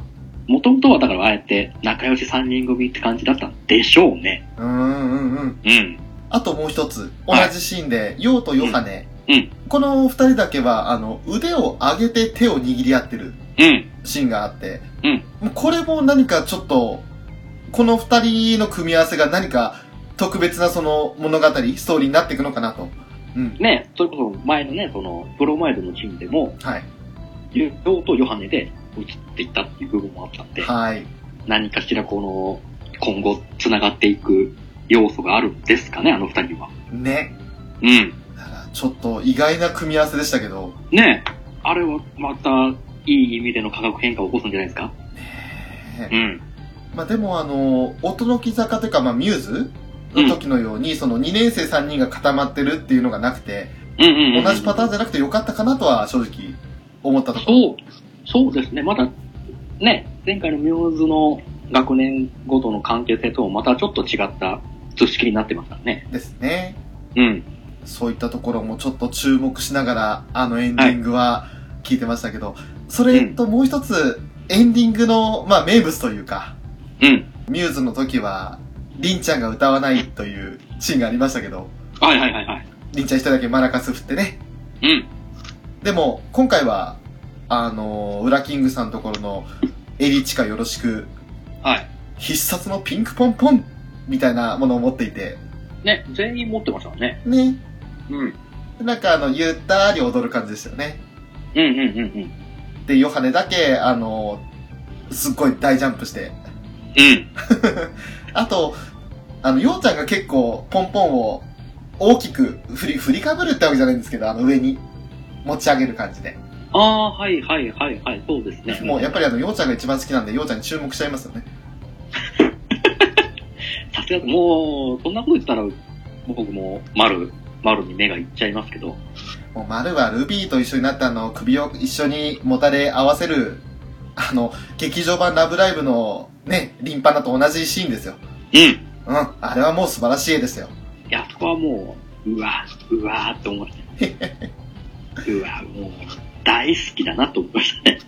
S3: もともとはだからあえて仲良し3人組って感じだったんでしょうね。
S2: うんうんうん。
S3: うん。
S2: あともう一つ、同
S3: はい
S2: じシーンで、ヨウとヨハネ。
S3: うんうん
S2: この二人だけは、あの、腕を上げて手を握り合ってる
S3: うん。
S2: シーンがあって、
S3: うん
S2: もこれも何かちょっと、この二人の組み合わせが何か特別なその物語、ストーリーになっていくのかなと。うん。
S3: ね、それこそ前のね、その、ブロマイドのチームでも、
S2: はい。
S3: ユウとヨハネで移っていったっていう部分もあったんで、
S2: はい。
S3: 何かしらこの、今後繋がっていく要素があるんですかね、あの二人は。
S2: ね。
S3: うん。
S2: だからちょっと意外な組み合わせでしたけど、
S3: ねえ、あれはまた、いい意味での化学変化を起こすんじゃないですか
S2: ね
S3: うん。
S2: まあでもあの、驚き坂というか、まあミューズの時のように、その2年生3人が固まってるっていうのがなくて、
S3: うんうん、うん。
S2: 同じパターンじゃなくてよかったかなとは正直思ったところ。
S3: そう、そうですね。まだ、ね、前回のミョーズの学年ごとの関係性ともまたちょっと違った図式になってますからね。
S2: ですね。
S3: うん。
S2: そういったところもちょっと注目しながら、あのエンディングは聞いてましたけど、それともう一つ、エンディングの、まあ、名物というか、
S3: うん。
S2: ミューズの時は、りんちゃんが歌わないというシーンがありましたけど、
S3: はいはいはいはい。
S2: りんちゃん一人だけマラカス振ってね。
S3: うん。
S2: でも、今回は、あのー、ウラキングさんのところの、エリチカよろしく、
S3: はい。
S2: 必殺のピンクポンポンみたいなものを持っていて、
S3: ね、全員持ってましたからね。
S2: ね。
S3: うん。
S2: なんかあの、ゆったり踊る感じでしたよね。
S3: うんうんうんうん。
S2: で、ヨハネだけ、あの、すっごい大ジャンプして。
S3: うん。
S2: あと、あの、ヨウちゃんが結構、ポンポンを大きく振り、振りかぶるってわけじゃないんですけど、あの上に持ち上げる感じで。
S3: ああ、はいはいはいはい、そうですね。
S2: もうやっぱりあの、ヨウちゃんが一番好きなんで、ヨウちゃんに注目しちゃいますよね。
S3: さすが、もう、そんなこと言ったら、僕も、丸、丸に目がいっちゃいますけど。
S2: もう、丸はルビーと一緒になってあの、首を一緒にもたれ合わせる、あの、劇場版ラブライブのね、リンパナと同じシーンですよ。
S3: うん。い
S2: うん。あれはもう素晴らしい絵ですよ。
S3: や、そこはもう、うわ、うわーって思って。 うわ、もう、大好きだなと思いましたね。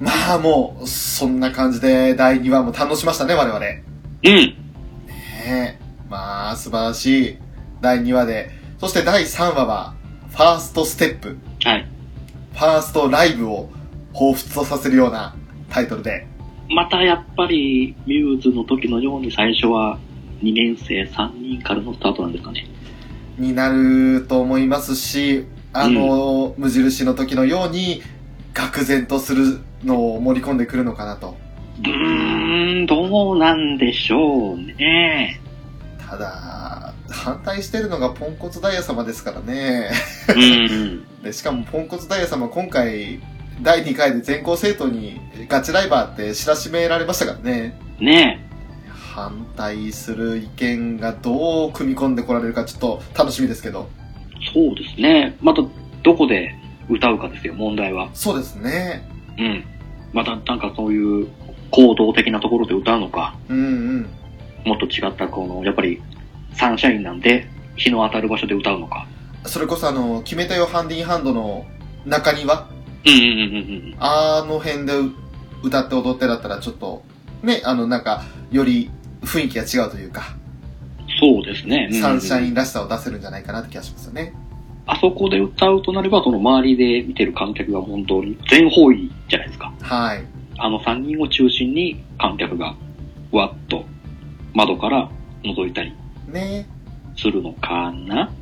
S2: まあもう、そんな感じで第2話も堪能しましたね、我々。ね
S3: うん。
S2: え。まあ、素晴らしい第2話で。そして第3話は、ファーストステップ、フ
S3: はい。
S2: ァーストライブを彷彿とさせるようなタイトルで。
S3: またやっぱり、ミューズの時のように最初は、2年生3人からのスタートなんですかね。
S2: になると思いますし、あの、無印の時のように、愕然とするのを盛り込んでくるのかなと。
S3: うーん、どうなんでしょうね。
S2: ただ、反対してるのがポンコツダイヤ様ですからね。
S3: うん。
S2: で、しかもポンコツダイヤ様今回、第2回で全校生徒にガチライバーって知らしめられましたからね。
S3: ね
S2: 反対する意見がどう組み込んでこられるかちょっと楽しみですけど。
S3: え、そうですね。また、どこで歌うかですよ、問題は。
S2: そうですね。
S3: うん。また、なんかそういう行動的なところで歌うのか、
S2: うんうん。
S3: もっと違った、この、やっぱり、サンシャインなんで、日の当たる場所で歌うのか。
S2: それこそあの、決めたよハンディハンドの中庭
S3: うんうんうんうん
S2: あの辺で歌って踊ってだったらちょっと、ね、あのなんか、より雰囲気が違うというか、
S3: うん。そうですね。
S2: サンシャ
S3: ン。
S2: インらしさを出せるんじゃないかなって気がしますよね。
S3: あそこで歌うとなれば、その周りで見てる観客が本当に全方位じゃないですか。
S2: はい。
S3: あの3人を中心に観客がわっと窓から覗いたり
S2: ね
S3: するのかな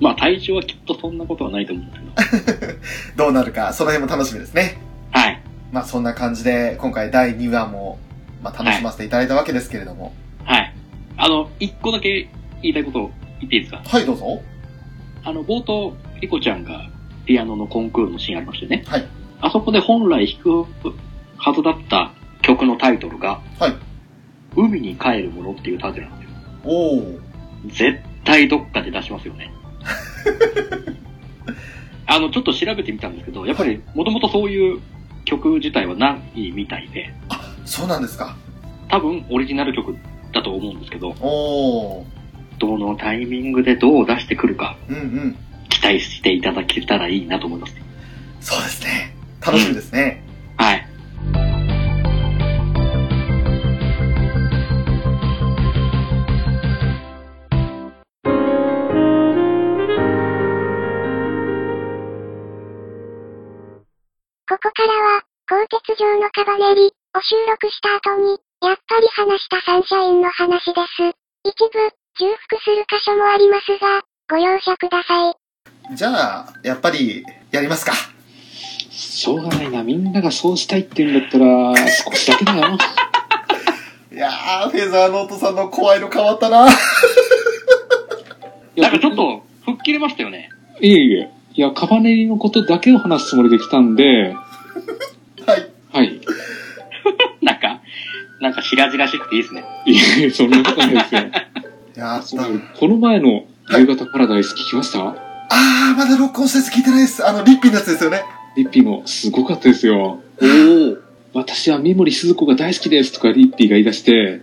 S3: まあ体調はきっとそんなことはないと思うんだけど。
S2: どうなるか、その辺も楽しみですね。
S3: はい。
S2: まあそんな感じで、今回第2話も、まあ楽しませていただいたわけですけれども。
S3: はい。あの、一個だけ言いたいこと言っていいですか
S2: はい、どうぞ。
S3: あの、冒頭、リコちゃんがピアノのコンクールのシーンありましたよね。
S2: はい。
S3: あそこで本来弾くはずだった曲のタイトルが、
S2: はい。
S3: 海に帰るものっていうタイトルなんですよ。
S2: おー。
S3: 絶対どっかで出します よね。あの、ちょっと調べてみたんですけど、やっぱりもともとそういう曲自体はないみたいで、
S2: そうなんですか。
S3: 多分オリジナル曲だと思うんですけど、
S2: おー。
S3: どのタイミングでどう出してくるか
S2: うんうん。
S3: 期待していただけたらいいなと思います。
S2: そうですね。楽しみですね。
S3: はい。
S1: ここからは、鋼鉄城のカバネリを収録した後に、やっぱり話したサンシャインの話です。一部、重複する箇所もありますが、ご容赦ください。
S2: じゃあ、やっぱり、やりますか。
S4: しょうがないな。みんながそうしたいって言うんだったら、少しだけ だよ。
S2: いやー、フェザーノートさんの声色変わったな。
S3: なんかちょっと、吹っ切れましたよね。
S4: いえいえ。いや、カバネリのことだけを話すつもりで来たんで、
S2: はい。
S4: はい。
S3: なんか、なんか白々しくていいですね。
S4: いえいえ、そんなことないですよ。
S2: やっ
S4: そ
S2: た。
S4: のこの前の夕方パラダイス聞きました
S2: あー、まだ録音したやつ聞いてないです。あの、リッピーのやつですよね。
S4: リッピーのすごかったですよ。
S3: おー。
S4: 私は三森鈴子が大好きですとかリッピーが言い出して、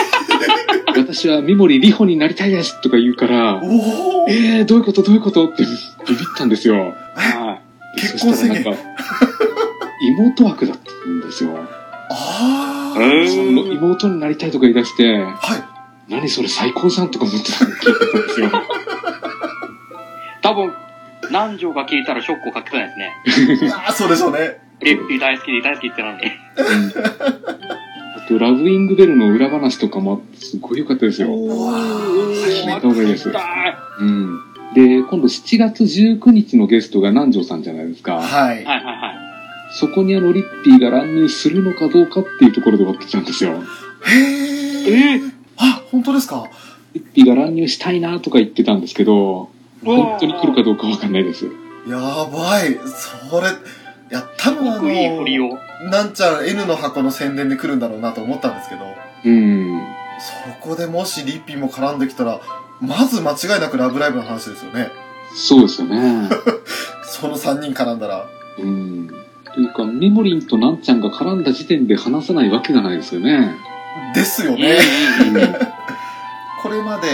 S4: 私は三森里穂になりたいですとか言うから、
S2: おー。
S4: えー、どういうことどういうことってビビったんですよ。はい。
S2: 結婚宣言
S4: そしたらなんか、妹枠だったんですよ。
S2: あ
S3: う
S2: ー。
S4: そ
S3: ー
S4: の
S3: ん。
S4: 妹になりたいとか言い出して、
S2: はい。
S4: 何それ最高さんとか思ってたの聞いてたんですよ。
S3: 多分、南條が聞いたらショックをかけてないですね。
S2: あー、そうでしょうね。
S3: レッピー大好きで大好きってなのに。
S4: あと、ラブイングベルの裏話とかもあってすごい良かったですよ。
S2: わー。
S4: どうもいいですうん。で、今度7月19日のゲストが南條さんじゃないですか。
S2: はい。
S3: はいはいはい。
S4: そこにあの、リッピーが乱入するのかどうかっていうところで終わってきたんですよ。
S2: へー。あ、本当ですか
S4: リッピーが乱入したいなとか言ってたんですけど、本当に来るかどうかわかんないです。
S2: やばい。それ、いや、多分あ
S3: かっこいい振り
S2: の、
S3: を。
S2: なんちゃん N の箱の宣伝で来るんだろうなと思ったんですけど、
S4: うん。
S2: そこでもしリッピーも絡んできたら、まず間違いなくラブライブの話ですよね。
S4: そうですよね。
S2: その3人絡んだら。
S4: うん。というか、ミモリンとナンちゃんが絡んだ時点で話さないわけがないですよね。
S2: ですよ
S3: うん
S2: ね。
S3: うんうん
S2: これまで、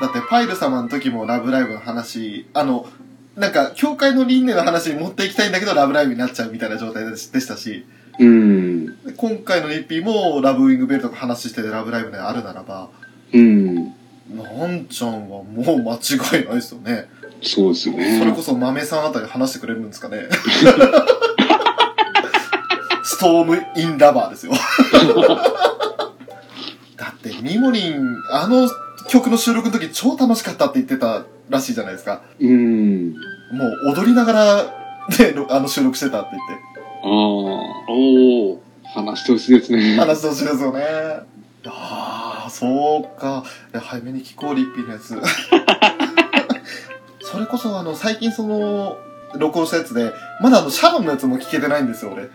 S2: だってパイル様の時もラブライブの話、あの、なんか、教会の輪廻の話に持っていきたいんだけど、ラブライブになっちゃうみたいな状態でしでしたし、
S4: うん。
S2: で今回のリッピーもラブウィングベルとか話しててラブライブであるならば、
S4: うん。
S2: なんちゃんはもう間違いないですよね。
S4: そうです
S2: そ
S4: よ
S2: れこ
S4: ね。
S2: そ豆さんあたり話してくれるんですかね。ストームインラバーですよ。だって、ミモリン、あの曲の収録の時超楽しかったって言ってたらしいじゃないですか。
S4: うん。
S2: もう踊りながら、ね、ろあの収録してたって言って。
S4: あ
S3: おー。
S4: あ、話してほしいですね。
S2: 話してほしいですよね。ああ、そうか。いや早め に聞こう、リッピーのやつ。それこそ、あの、最近その、録音したやつで、まだあの、シャロンのやつも聞けてないんですよ、俺。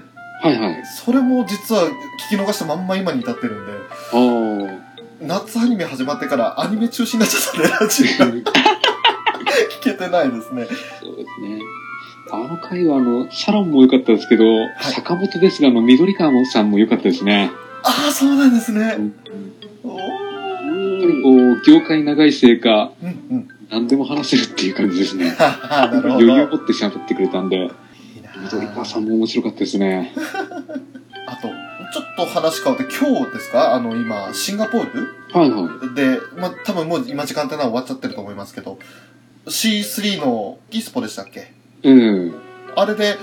S4: はいはい。
S2: それも実は聞き逃したまんま今に至ってるんで、
S4: あ
S2: 夏アニメ始まってからアニメ中止になっちゃったね、ラジオが
S4: あ。
S2: 聞けてないですね。
S4: そうですね。あの回は、あの、シャロンも良かったですけど、
S2: い
S4: 坂本ですが、あの、緑川さんも良かったですね。
S2: ああ、そうなんです
S4: う
S2: ね。
S4: ん
S2: おー
S4: こう、業界長いせいか、
S2: うんうん。
S4: 何でも話せるっていう感じですね。
S2: はは、なるほ
S4: 余
S2: ど。
S4: 裕を持って喋ってくれたんで、
S2: いいな
S4: 緑川さ
S2: ー
S4: んも面白かったですね。
S2: あと、ちょっと話変わって、今日ですかあの、今、シンガポール
S4: はいはい。
S2: で、まあ、多分もう今時間ってのは終わっちゃってると思いますけど、C3 のギスポでしたっけ
S4: うん。
S2: あれで、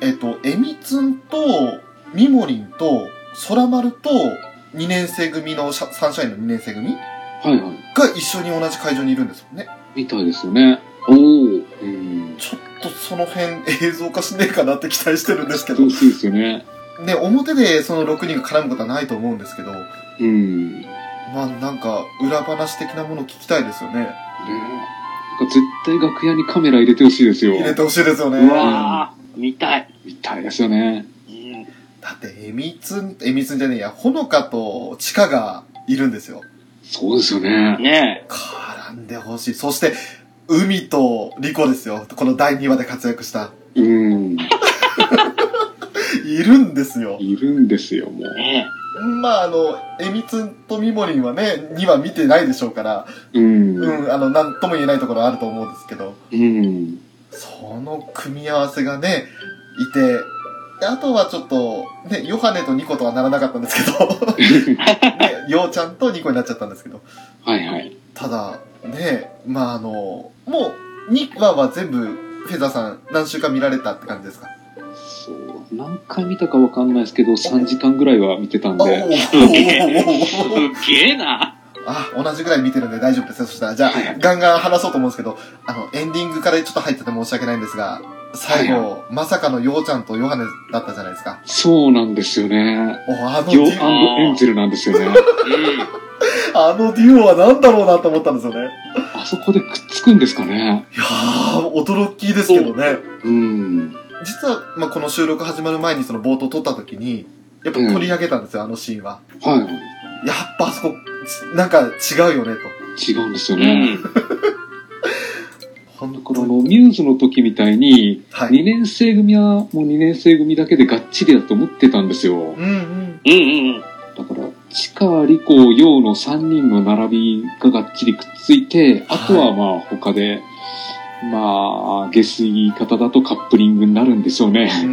S2: えっ、と、エミツンと、ミモリンと、ソラマルと、2年生組のシャ、サンシャインの2年生組が
S4: はいはい。
S2: 一緒に同じ会場にいるんですよね。
S4: みたいですよね。おお。うん。
S2: ちょっとその辺映像化しねえかなって期待してるんですけど
S4: 楽、しいですよね。
S2: ね、表でその6人が絡むことはないと思うんですけど、
S4: うん。ね
S2: まあなんか裏話的なもの聞きたいですよね。
S4: なんか絶対楽屋にカメラ入れてほしいですよ。
S2: 入れてほしいですよね。
S3: うわー、見たい。
S4: みたいですよね。
S3: うん
S2: だって、エミツン、エミツンじゃねえや、ほのかとチカがいるんですよ。
S4: そうですよね。
S3: ね
S2: 絡んでほしい。そして、海とリコですよ。この第2話で活躍した。
S4: うん。
S2: いるんですよ。
S4: いるんですよ、もう
S3: え。。ね
S2: まあ、あの、エミツンとミモリンはね、2話見てないでしょうから、
S4: うん。
S2: う、
S4: うん
S2: あの、なんとも言えないところあると思うんですけど、
S4: ん。
S2: その組み合わせがね、いて、であとはちょっと、ね、ヨハネとニコとはならなかったんですけど、ね、ヨウちゃんとニコになっちゃったんですけど、
S4: はいはい。
S2: ただねまああのもう2話は全部フェザーさん何週間見られたって感じですか
S4: そう。何回見たかわかんないですけど、3時間ぐらいは見てたん
S2: あおー
S4: で。
S2: おーおーお
S3: え。
S2: ーおー
S3: すげえな。
S2: あ同じぐらい見てるんで大丈夫ですよそしたらじゃあ
S4: はいはい
S2: ガンガン話そうと思うんですけどあのエンディングからちょっと入ってて申し訳ないんですが最後、
S4: は
S2: まさかのヨウちゃんとヨハネだったじゃないですか
S4: そうなんですよね。
S2: おあのデ
S4: ヨ
S2: ュオ
S4: ーエンゼルなんですよね。
S3: う
S2: あのデュオは何だろうなと思ったんですよね
S4: あそこでくっつくんですかね。
S2: いやー驚きですけどね
S4: うん。
S2: 実は、まあ、この収録始まる前にその冒頭撮った時にやっぱ取り上げたんですよ、あのシーンは
S4: はいはい。
S2: やっぱあそこ、ちなんか違うよねと。
S4: 違うんですよ
S3: ん。う
S4: ね。
S3: ん。
S2: ほん
S4: このミューズの時みたいに、
S2: はい。
S4: 2年生組はもう2年生組だけでがっちりだと思ってたんですよ
S2: う。んうん。
S3: うんうん。
S4: だから、地下、理工、洋の3人の並びががっちりくっついて、あとはまあ他で、まあ、下水言い方だとカップリングになるんでしょうね。
S2: うー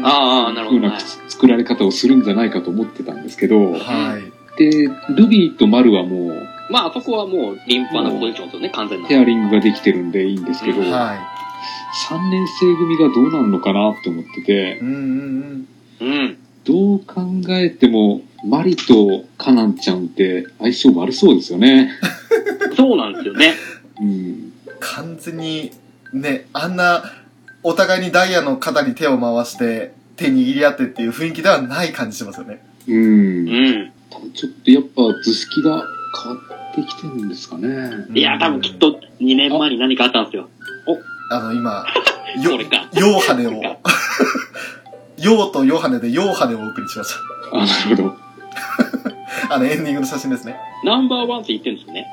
S2: ん。
S3: ああ、なるほど、
S4: ふう
S3: ね
S4: な。作られ方をするんじゃないかと思ってたんですけど、
S2: はい。
S4: で、ルビーとマルはもう、
S3: まあ、あそこはもう、リンパなポジションですよね、完全な。
S4: ペアリングができてるんでいいんですけど、
S3: うん
S2: は
S4: 3年生組がどうなるのかなって思ってて
S2: い。、うんうん
S3: うん。
S4: どう考えても、マリとカナンちゃんって相性悪そうですよね。
S3: そうなんですよね。
S4: うん。
S2: うん。完全に、ね、あんな、お互いにダイヤの肩に手を回して、手握り合ってっていう雰囲気ではない感じしますよね。
S4: うん。
S3: うん。
S4: ただちょっとやっぱ図式が変わってきてるんですかね。
S3: いや、多分きっ。と、2年前に何かあったんですよ。
S2: あの、 今、
S3: それか
S2: ヨーハネ
S3: そ
S2: を
S3: れか、
S2: ヨーとヨハネでヨーハネをお送りしまし
S4: あ、なるほど。
S2: た。 あの、エンディングの写真ですね。
S3: ナンバーワンって言ってるんですよね。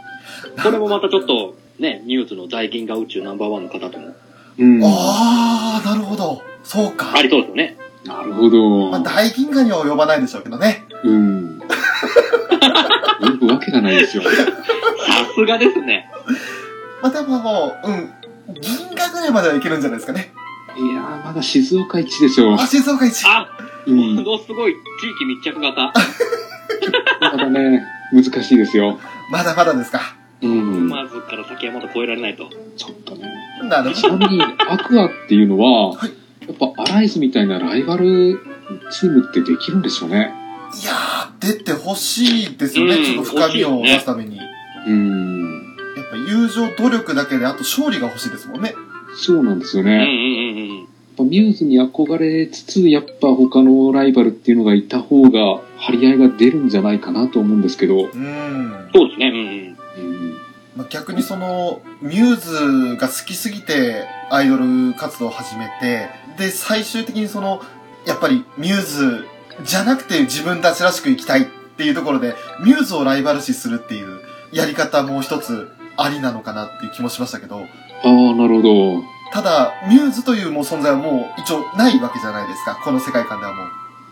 S3: これもまたちょっと、ね、ニュースの大銀河宇宙ナンバーワンの方とも、
S4: うん。な
S2: ああ、なるほど。そうか。
S3: ありそうですよね。
S4: るほど
S2: まあ、。大銀河には及ばないでしょうけどね。
S4: うん。よくわけがないですよ。
S3: さすがですね。
S2: まあ、でももう、うん。銀河ぐらいまではいけるんじゃないですかね。
S4: いやー、まだ静岡一でしょう
S2: あ、。静岡一。
S3: あ、
S4: う
S3: も
S4: ん。
S3: のすごい地域密着型。
S4: まだね、難しいですよ。
S2: まだまだですか。
S4: うん。
S3: まずから先はまだ超えられないと。
S4: ちょっとね。
S2: なるほ
S4: ち
S2: ど。
S4: なみに、アクアっていうのは、
S2: はい
S4: やっぱアライズみたいなライバルチームってできるんでしょうね。
S2: いやー、出てほしいですよね。
S3: うん
S2: ちょっと深みを
S3: 欲しいよね
S2: 出すために。や
S4: う
S2: っ
S4: ん。
S2: ぱ友情、努力だけで、あと勝利が欲しいですもんね。
S4: そうなんですよ
S3: うんうん
S4: ね。
S3: うん
S4: やっぱミューズに憧れつつ、やっぱ他のライバルっていうのがいた方が、張り合いが出るんじゃないかなと思うんですけど、
S2: うん
S3: うん。。そうですね。うんうん。
S4: うん
S2: まあ、逆にその、ミューズが好きすぎてアイドル活動を始めて、で、最終的にその、やっぱりミューズじゃなくて自分たちらしく生きたいっていうところで、ミューズをライバル視するっていうやり方も一つありなのかなっていう気もしましたけど、
S4: ああ、なるほど。
S2: ただ、ミューズというもう存在はもう一応ないわけじゃないですか、この世界観ではもう。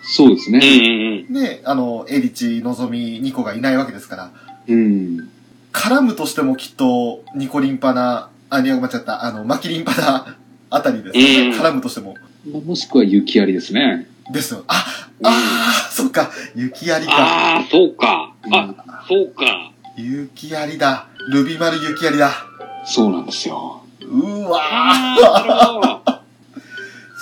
S4: そうです
S3: うん
S4: ね。
S3: うん
S2: ね、あの、エリチ、のぞみ、ニコがいないわけですから、
S4: うん。
S2: 絡むとしてもきっと、ニコリンパな、あ、ニコ間違った、あの、マキリンパな あたりです、ね。
S3: うん
S2: 絡むとしても。
S4: まあもしくは雪ありですね。
S2: ですよ。あ、あー、そっか、雪やりか。
S3: ああ、そうか。
S4: うん
S3: あ、そうか。
S2: 雪やりだ。ルビマル雪やりだ。
S4: そうなんですよ。
S2: うわー。
S3: ああ、なる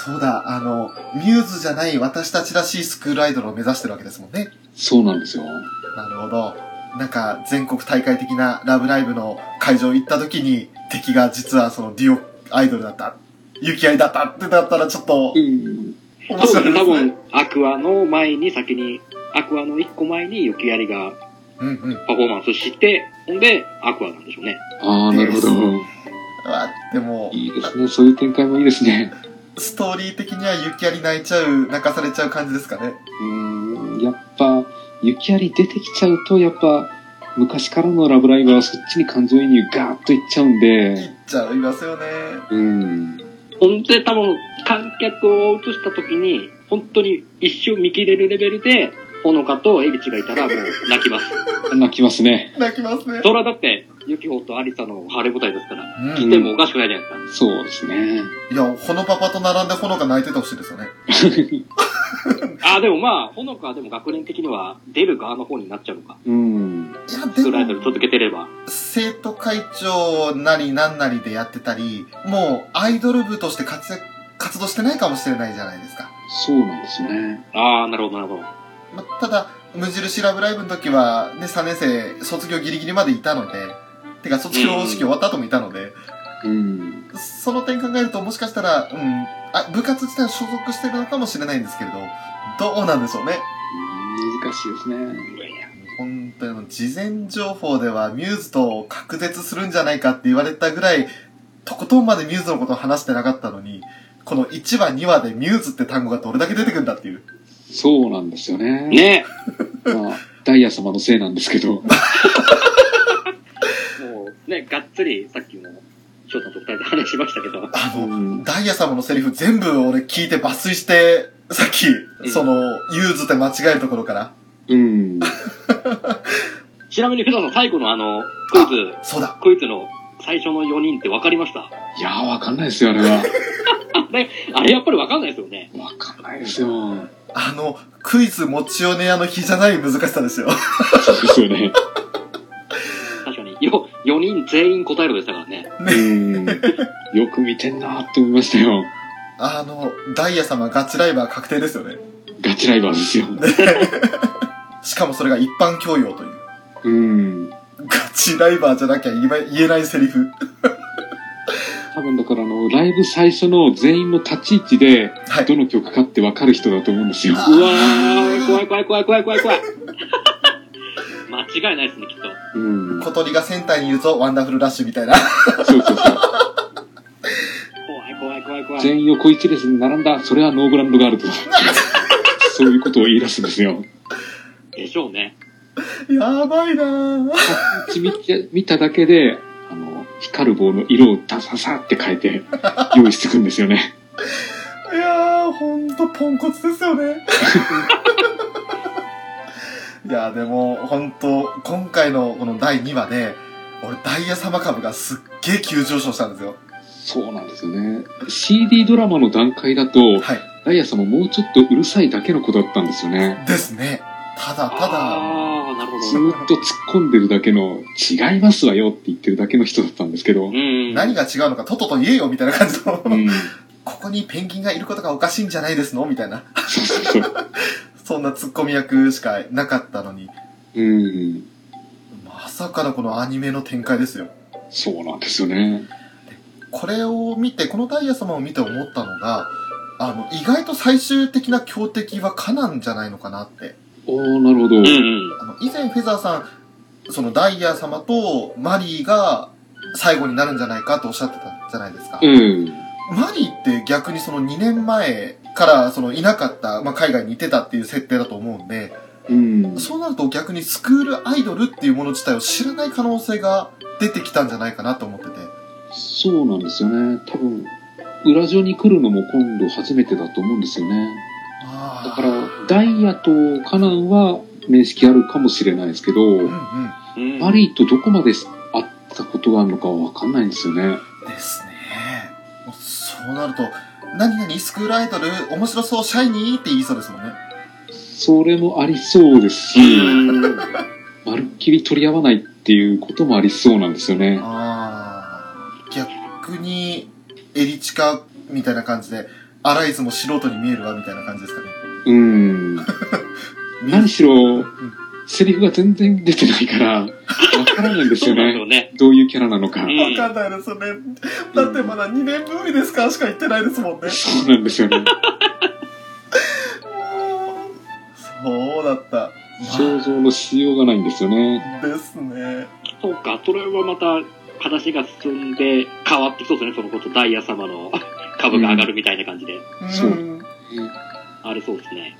S2: そうだ、あの、ミューズじゃない私たちらしいスクールアイドルを目指してるわけですもんね。
S4: そうなんですよ。
S2: なるほど。なんか、全国大会的なラブライブの会場行った時に、敵が実はそのデュオアイドルだった。雪合いだったってなったらちょっと
S4: う、ん。
S3: ほど。
S2: 面
S3: そ
S2: 白
S3: うで
S2: い
S3: す
S2: で
S3: 多
S2: すね。
S3: 分、アクアの前に先に、アクアの一個前に雪やりが
S2: うんうん。
S3: パフォーマンスして、ほんで、アクアなんでしょうね。
S4: ああ、なるほど。
S2: あでも、
S4: いいですね。そういう展開もいいですね。
S2: ストーリー的には雪やり泣いちゃう、泣かされちゃう感じですかね。
S4: うん。やっぱ、雪あり出てきちゃうと、やっぱ、昔からのラブライブはそっちに感情移入ガーッといっちゃうん
S2: いっ
S4: で、
S2: ちゃいますよね。
S4: うん。
S3: ほんで、多分、観客を映した時に、本当に一瞬見切れるレベルで、ほのかとエビチがいたらもう泣きます。
S4: 泣きますね。
S2: 泣きますね。
S3: それはだって、ユキホとアリサの晴れ舞台ですから、
S2: うん
S3: 来てもおかしくないじゃないです
S4: そうですね。
S2: いや、ほのパパと並んでほのか泣いててほしいですよね。
S3: か。ああ、でもまあ、ほのかはでも学年的には出る側の方になっちゃうのか。
S4: うん。
S2: いや、
S3: スクールアイ
S2: で
S3: ド
S2: も
S3: ル、続けてれば。
S2: 生徒会長なりなんなりでやってたり、もうアイドル部として活躍、活動してないかもしれないじゃないですか。
S4: そうなんですね。
S3: ああ、なるほど、なるほど。
S2: まあ、ただ、無印ラブライブの時は、ね、3年生、卒業ギリギリまでいたので、てか、卒業式終わった後もいたので、
S4: うん。
S2: その点考えると、もしかしたら、うん、あ、部活自体は所属してるのかもしれないんですけれど、どうなんでしょうね。
S4: 難しいですね。
S2: 本当にあの事前情報ではミューズと隔絶するんじゃないかって言われたぐらい、とことんまでミューズのことを話してなかったのに、この1話2話でミューズって単語がどれだけ出てくるんだっていう。
S4: そうなんですよね。
S3: ね
S4: まあ、ダイヤ様のせいなんですけど。
S3: え、もう、ね、がっつりさっきも、翔太と二人で話しましたけど、
S2: あ
S4: う
S2: の、
S4: ん
S2: ダイヤ様のセリフ全部俺聞いて抜粋して、さっき、
S3: ん
S2: その、ユーズって間違えるところから、
S4: うん。
S3: ちなみに普段の最後のあの、クイズ、
S2: そうだ、
S3: クイズの最初の4人って分かりました
S4: いやー、わかんないですよ、あれは。
S3: あれ、あれやっぱり分かんないですよね。
S4: わかんないですよ。
S2: あの、クイズ持ちよね屋の日じゃない難しさですよ。
S4: そうですよね。
S3: 確かに。よ、4人全員答えるでしたからね。
S4: うん。よく見てんなーって思いましたよ。
S2: あの、ダイヤ様ガチライバー確定ですよね。
S4: ガチライバーですよ。
S2: しかもそれが一般教養という。
S4: うん。
S2: ガチライバーじゃなきゃ言え言えないセリフ。
S4: 多分だからあの、ライブ最初の全員の立ち位置で、
S2: はい。
S4: どの曲かってわかる人だと思うんですよ。
S2: あ
S3: うわー、怖い怖い怖い怖い怖い怖い。 間違いないですね、きっと。
S4: うん。そ
S2: 小鳥がセンターにいるぞ、ワンダフルラッシュみたいな。
S4: うそうそう。
S3: 怖い怖い怖い怖い。
S4: 全員横一列に並んだ、それはノーブランドガールと。そういうことを言い出すんですよ。
S3: でしょうね。
S2: やばいなぁ。
S4: ち見て見ただけで、あの、光る棒の色をダササって変えて、用意してくんですよね。
S2: いやー、ほんとポンコツですよね。 いやー、でも、ほんと、今回のこの第2話で、俺、ダイヤ様株がすっげー急上昇したんですよ。
S4: そうなんですよね。CD ドラマの段階だと、
S2: はい。
S4: ダイヤさんももうちょっとうるさいだけの子だったんですよね。
S2: ですね。ただただ、
S3: あー、なる
S4: ず
S3: ほど。
S4: ーっと突っ込んでるだけの、違いますわよって言ってるだけの人だったんですけど
S3: う、ん。
S2: 何が違うのか、とっとと言えよ、みたいな感じの、
S4: うん。
S2: ここにペンギンがいることがおかしいんじゃないですのみたいな。
S4: そうそうそう。
S2: そんなツッコミ役しかなかったのに、
S4: うん。
S2: まさかのこのアニメの展開ですよ。
S4: そうなんですよね。
S2: これを見て、このダイヤ様を見て思ったのが、あの、意外と最終的な強敵はカナンじゃないのかなって。
S4: おー、なるほど。
S3: うんうん。
S2: あの、以前フェザーさん、そのダイヤ様とマリーが最後になるんじゃないかとおっしゃってたじゃないですか。
S4: うん。
S2: マリーって逆にその2年前からそのいなかった、まあ、海外にいてたっていう設定だと思うんで、
S4: うん。
S2: そうなると逆にスクールアイドルっていうもの自体を知らない可能性が出てきたんじゃないかなと思ってて。
S4: そうなんですよね。多分、裏女に来るのも今度初めてだと思うんですよね。だ
S2: だ
S4: から、ダイヤとカナンは面識あるかもしれないですけど、
S2: うんう
S3: うん
S4: マリーとどこまで会ったことがあるのかわかんないんですよね。
S2: ん。ですね。もうそうなると、何々スクールアイドル面白そう、シャイニーって言いそうですもんね。
S4: それもありそうです
S3: う
S4: し、
S3: ん
S4: まるっきり取り合わないっていうこともありそうなんですよね。
S2: ああ。逆に、エリチカみたいな感じで、アライズも素人に見えるわみたいな感じですかね。
S4: うん。何しろ、セリフが全然出てないから、わからないんです
S3: そう
S4: よ
S3: なんですよ
S4: ね。
S3: ね。
S4: どういうキャラなのか。
S3: うん
S2: わかんないですよね。だってまだ2年ぶりですからしか言ってないですもんね。
S4: そうなんですよね。
S2: そうだった。
S4: 想像のしようがないんですよね。
S2: ですね。。
S3: そうか、それはまた話が進んで変わってきそうですね、そのこと、ダイヤ様の株が上がるみたいな感じで、
S4: そうん
S3: ありそうですね。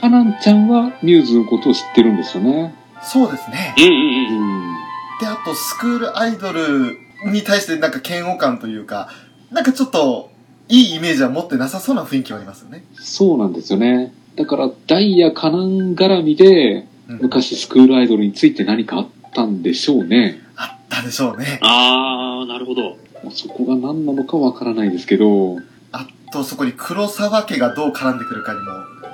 S4: カナンちゃんはミューズのことを知ってるんですよね。
S2: そうですね
S3: う。ん
S4: う
S3: うんうん。
S4: ん。
S2: で、あと、スクールアイドルに対してなんか嫌悪感というか、なんかちょっと、いいイメージは持ってなさそうな雰囲気はありますよね。
S4: そうなんですよね。だから、ダイヤカナン絡みで、
S2: うん
S4: 昔スクールアイドルについて何かあったんでしょうね。
S2: あったでしょうね。
S3: あー、なるほど。
S4: もうそこが何なのかわからないですけど、う
S2: あと、そこに黒沢家がどう絡んでくるかにも、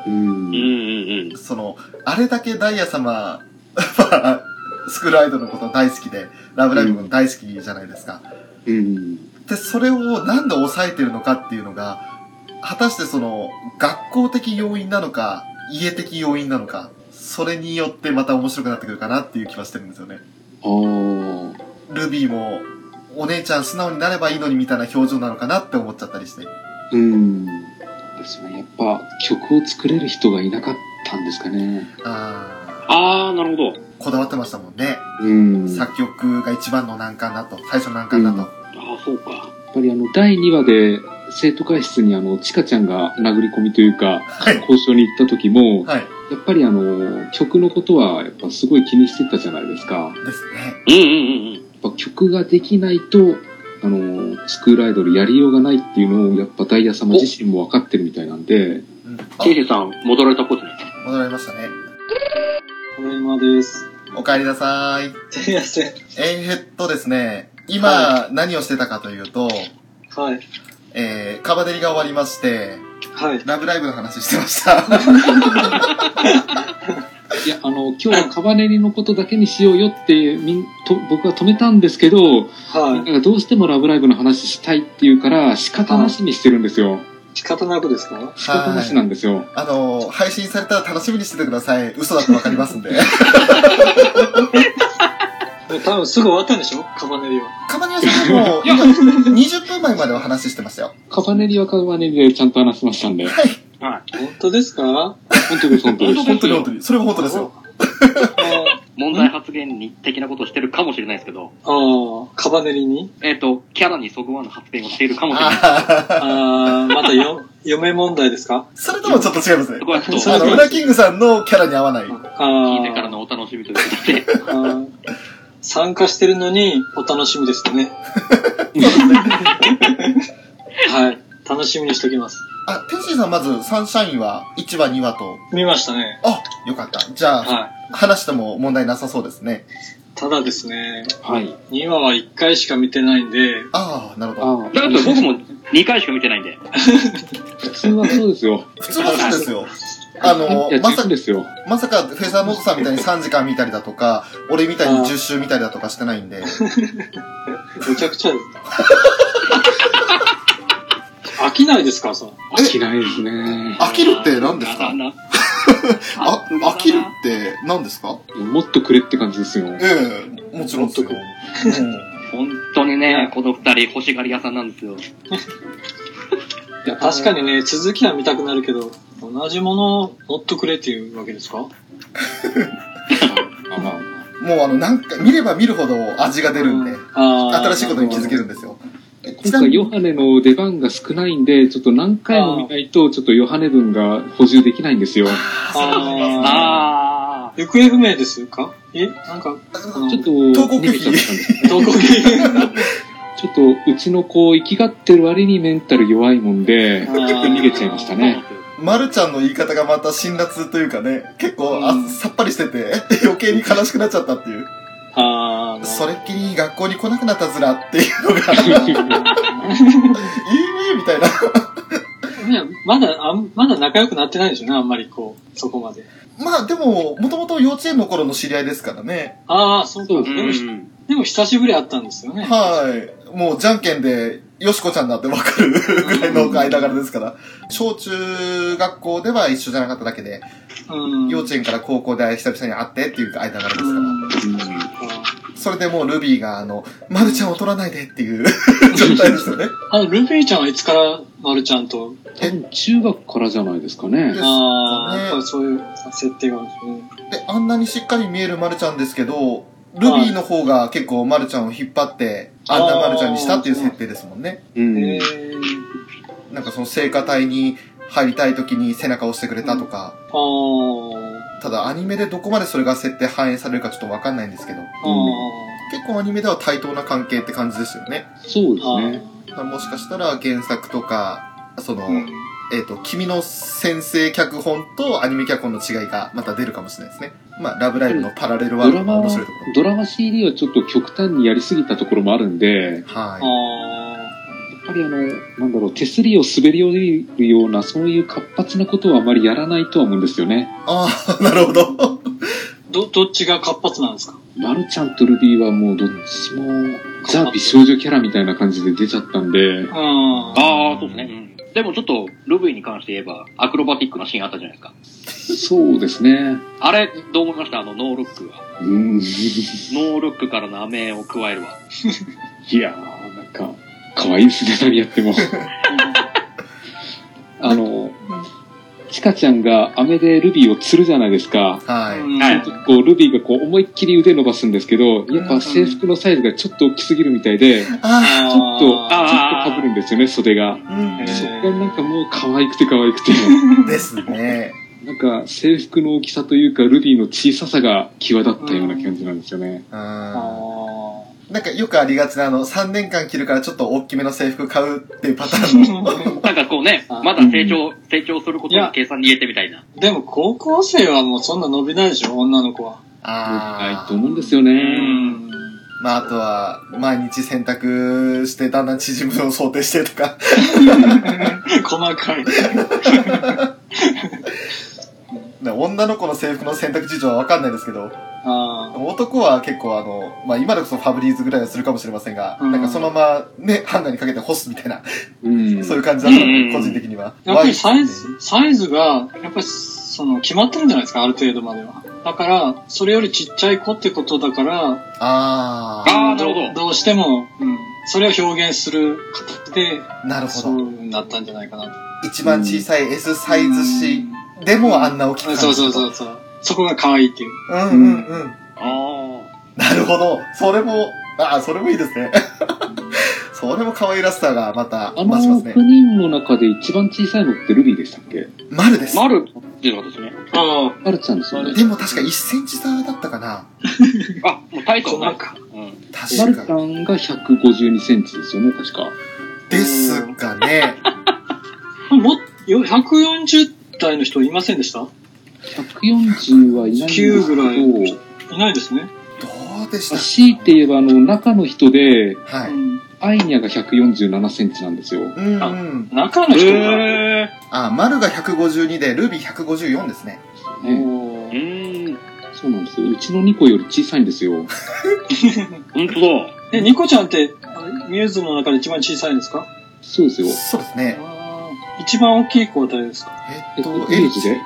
S3: うんんう。ん
S2: その、あれだけダイヤ様は、 スクールアイドルのこと大好きで、ラブライブも大好きじゃないですか。
S4: うん。
S2: で、それをなんで抑えてるのかっていうのが、果たしてその、学校的要因なのか、家的要因なのか、それによってまた面白くなってくるかなっていう気はしてるんですよね。
S4: ああ。
S2: ルビーも、お姉ちゃん素直になればいいのにみたいな表情なのかなって思っちゃったりして。
S4: うん。なんですよね。やっぱ、曲を作れる人がいなかったんですかね。
S2: あー
S3: あー、なるほど。
S2: こだわってましたもんね。
S4: うん。やっ
S2: 作曲が一番の難関だと、最初の難関だと。
S3: あー、そうか。
S4: ぱりあの、第2話で、生徒会室にあの、チカちゃんが殴り込みというか、
S2: はい。
S4: 交渉に行った時も、
S2: はい。
S4: やっぱりあの、曲のことは、やっぱすごい気にしてたじゃないですか。
S2: ですね。
S3: うんうんうんうん。
S4: やっぱ曲ができないと、あの、スクールアイドルやりようがないっていうのを、やっぱダイヤ様自身も分かってるみたいなんで、
S2: うん。あ
S3: ケイ、ジさん、戻られたことね。
S2: 戻られましたね。
S5: ただいまです。
S2: お帰りなさい。
S5: すいません。
S2: えーっとですね、今、
S5: は
S2: 何をしてたかというと、
S5: はい。
S2: えー、カバデリが終わりまして、
S5: はい。
S2: ラブライブの話してました。
S4: いや、あの、今日はカバネリのことだけにしようよって、みん、と、僕は止めたんですけど、
S5: は
S4: なんかどうしてもラブライブの話したいっていうから、仕方なしにしてるんですよ。
S5: い。仕方なくですか
S4: 仕方なしなんですよ。
S2: あの、配信されたら楽しみにしててください。嘘だとわかりますんで。
S5: もう多分すぐ終わったんでしょカバネリは。
S2: カバデリはそれでも、今、20分前までお話ししてましたよ。
S4: カバネリはカバネリでちゃんと話しましたんで。
S2: はい。
S5: 本当ですか
S4: 本当です、本当です。
S2: 本当に本当に。それも本当ですよ。
S5: あ
S3: 問題発言に的なことをしてるかもしれないですけど、
S5: あー、カバネリに
S3: えっ、と、キャラにそぐわぬ発言をしているかもしれない。
S2: あ
S5: ああ、またよ、 嫁問題ですか
S2: ーそれともちょっと違いますね
S3: そ。こはちょっ
S5: そ
S2: あ
S3: と、
S5: う
S3: あの
S2: の、ウラキングさんのキャラに合わない。
S5: あ
S3: 聞いてから
S5: あ
S3: のお楽しみということで。
S5: ー、参加してるのにお楽しみです ね。はい。楽しみにしときます。
S2: あ、天心さんまず、サンシャインは1話、2話と。
S5: 見ましたね。
S2: あ、よかった。じゃあ、
S5: は
S2: 話しても問題なさそうですね。
S5: い。ただですね、
S4: はい。
S5: 2話は1回しか見てないんで、
S2: ああ、なるほど。
S4: あ
S3: だから僕も2回しか見てないんで。
S4: 普通はそうですよ。
S2: 普通はそうですよ。あの
S4: いや、、
S2: ま
S4: 十
S2: さ
S4: 分ですよ。
S2: まさか、フェザーノートさんみたいに3時間見たりだと か、俺みたいに10周見たりだとかしてないん で。
S5: むちゃくちゃです。 飽きないですかさ。
S4: 飽きないですね。
S2: 飽きるって何ですか
S3: あな
S2: あ、飽きるって何ですか
S4: もっとくれって感じですよ。
S2: ええもちろんですよ。
S3: 本当にね、この二人欲しがり屋さんなんですよ。
S5: いや、確かにね、続きは見たくなるけど、同じものをもっとくれっていうわけですか
S4: あまあまあ
S2: うんもうあの、なんか、見れば見るほど味が出るんで、新
S5: 新
S2: しいことに気づけるんですよ。ちなみ
S4: 今回
S2: に
S4: ヨハネの出番が少ないんで、ちょっと何回も見ないと、ちょっとヨハネ分が補充できないんです よ。
S5: あ
S3: あ
S5: ー行方不明ですかえなんか、
S4: ちょっと、
S2: 投稿拒否
S4: 逃げちゃったんです
S5: どこに
S4: ちょっと、うちの子、生きがってる割にメンタル弱いもんで、逃げちゃいました
S3: あ。
S4: ね。
S2: まるちゃんの言い方がまた辛辣というかね、結構あ、
S5: うん
S2: さっぱりして て、余計に悲しくなっちゃったっていう。
S5: あー
S2: それっきり学校に来なくなったずらっていう のが、いいね みたいな。
S5: ねまだあん、まだ仲良くなってないでしょうね、あんまりこう、そこまで。
S2: まあでも、もともと幼稚園の頃の知り合いですからね。
S5: ああ、そうか。
S4: そう
S5: で
S3: う
S5: も、
S3: ん。
S5: でも久しぶり会ったんですよね。
S2: はい。もうじゃんけんで、よしこちゃんだってわかるぐらいの間柄ですから。小中学校では一緒じゃなかっただけで、
S5: うん。
S2: 幼稚園から高校で久々に会ってっていう間柄ですから。
S4: うん
S5: うん
S2: それでもうルビーが、あの、まるちゃんを取らないでって いう状態ですよね。
S5: あの、ルフィちゃんはいつから、まるちゃんと、
S4: 多分中学からじゃないですかね。
S5: ああ、
S2: ね
S5: やっぱりそういう設定があるんですね。
S2: で、あんなにしっかり見えるまるちゃんですけど、ルビーの方が結構まるちゃんを引っ張って、あんなまるちゃんにしたっていう設定ですもんね。
S4: うん
S5: へー
S2: なんかその聖歌隊に入りたい時に背中を押してくれたとか、
S5: あー
S2: ただアニメでどこまでそれが設定反映されるかちょっとわかんないんですけど、
S5: あー、
S2: 結構アニメでは対等な関係って感じですよね。
S4: そうで
S5: あ
S4: す
S5: ー
S4: ね。
S2: だからもしかしたら原作とか、その、
S5: うん
S2: えっ、と、君の先生脚本とアニメ脚本の違いがまた出るかもしれないですね。まあ、ラブライブのパラレルワールド
S4: ド
S2: の
S4: ラマ
S2: 面白い
S4: は
S2: とこ、
S4: ドラマ CD はちょっと極端にやりすぎたところもあるんで、
S2: ろ。は
S5: あ
S4: やっぱりあの、なんだろう、手すりを滑り降りるような、そういう活発なことはあまりやらないとは思うんですよね
S2: い。。ああ、 なるほど。
S5: ーど、どっちが活発なんですか
S4: マルちゃんとルビーはもうどっちも、ザ・美少女キャラみたいな感じで出ちゃったんで、
S5: ああ、
S3: ああ、そうですね。うんでもちょっと、ルビーに関して言えば、アクロバティックなシーンあったじゃないですか。
S4: そうですね。
S3: あれ、どう思いましたあの、ノールックは。
S4: うん。
S3: ノールックからのアメを加えるわ。
S4: いやー、なんか、可愛いですね、何やっても。あの、チカちゃんが飴でルビーを釣るじゃないですか。
S2: はい。
S5: うん
S3: はい
S4: こう、ルビーがこう、思いっきり腕伸ばすんですけど、やっぱ制服のサイズがちょっと大きすぎるみたいで、ちょっ
S2: あ
S4: ちょっと
S5: あー
S4: と被るんですよね、袖が。
S2: あ、うん
S5: えー
S4: そこがなんかもう可愛くて可愛くて。
S2: ですね。
S4: なんか制服の大きさというか、ルビーの小ささが際立ったような感じなんですよね。
S2: うん。な
S5: あ
S2: んかよくありがちなあの、3年間着るからちょっと大きめの制服買うっていうパターンの。
S3: なんかこうね、
S5: あー
S3: まだ成長、成長することに計算に入れてみたいな。
S5: ー でも高校生はもうそんな伸びないでしょ、女の子は。
S4: な
S2: あ
S4: いと
S2: あ。
S4: 思うんですよ
S5: う
S4: ね。
S5: ん。
S2: まあ、あとは、毎日洗濯してだんだん縮むのを想定してとか。
S5: 細かい。
S2: ね女の子の制服の洗濯事情はわかんないですけど、
S5: あ
S2: 男は結構あの、まあ、今でこそファブリーズぐらいはするかもしれませんが、
S5: うん
S2: なんかそのままね、ハンガーにかけて干すみたいな、
S4: うん。
S2: そういう感じだったの
S3: う
S2: で、
S3: ん
S2: 個人的には。
S5: あ。やっぱりサイ
S2: ワイ
S5: ズ、サイズが、やっぱりその決まってるんじゃないですか、ある程度までは。だから、それよりちっちゃい子ってことだから、
S2: ズあ
S3: あーなるほど
S5: うしても、うん、それを表現する形で、
S2: ー、なるほ
S5: そ
S2: ど。
S5: うなったんじゃないかな
S2: 一番小さい S
S5: と。
S2: サイズし、でもあんな大きく感
S5: うん
S2: じる
S5: そう
S2: と
S5: そうそうそう。そこが可愛いっていう。
S2: うんうんうん。
S3: あ
S2: なるほど。それも、ああ、それもいいですね。 それも可愛らしさがまた
S4: あ
S2: 増
S4: の
S2: しますね
S4: 9。人の中で一番小さいのってルビーでしたっけ
S2: 丸で
S3: あ。
S2: す。
S3: 丸っていうことですね。
S5: あ
S4: マルちゃんですよね。
S2: でも確か1センチ差だったかな。
S3: あ、もうタイトル
S5: 細
S3: な。
S5: か。
S3: うん。
S4: マル
S2: 確
S4: ちゃ
S2: か。
S4: んが152センチですよね、確か。
S2: ですかね。
S5: も、よ140代の人いませんでした
S4: 140はいないんですけ
S5: 9ぐらい
S4: ど、
S5: いないですね。
S2: どうでし
S4: まあ
S2: た
S4: 強いて言えば、あの、中の人で、
S2: は
S5: う
S2: い。
S5: ん。
S4: アイニャが147センチなんですよ。
S2: うん
S5: あ
S2: うん。
S5: 中の人が。
S3: へー
S2: あ、丸が152で、ルビー154ですね。
S4: ね、
S3: う
S5: おー
S3: ーん。
S4: そうなんですよ。うちの2個より小さいんですよ。
S3: ほんとだ。
S5: え、ニコちゃんって、あれミューズの中で一番小さいんですか
S4: そうですよ。
S2: そうですね。
S5: あー一番大きい子は誰ですか
S2: え
S4: え
S2: っ
S4: っ
S2: と
S4: と、、
S2: エ
S4: エ
S2: リ
S4: リ
S2: チ
S4: チ
S2: で
S4: でエリ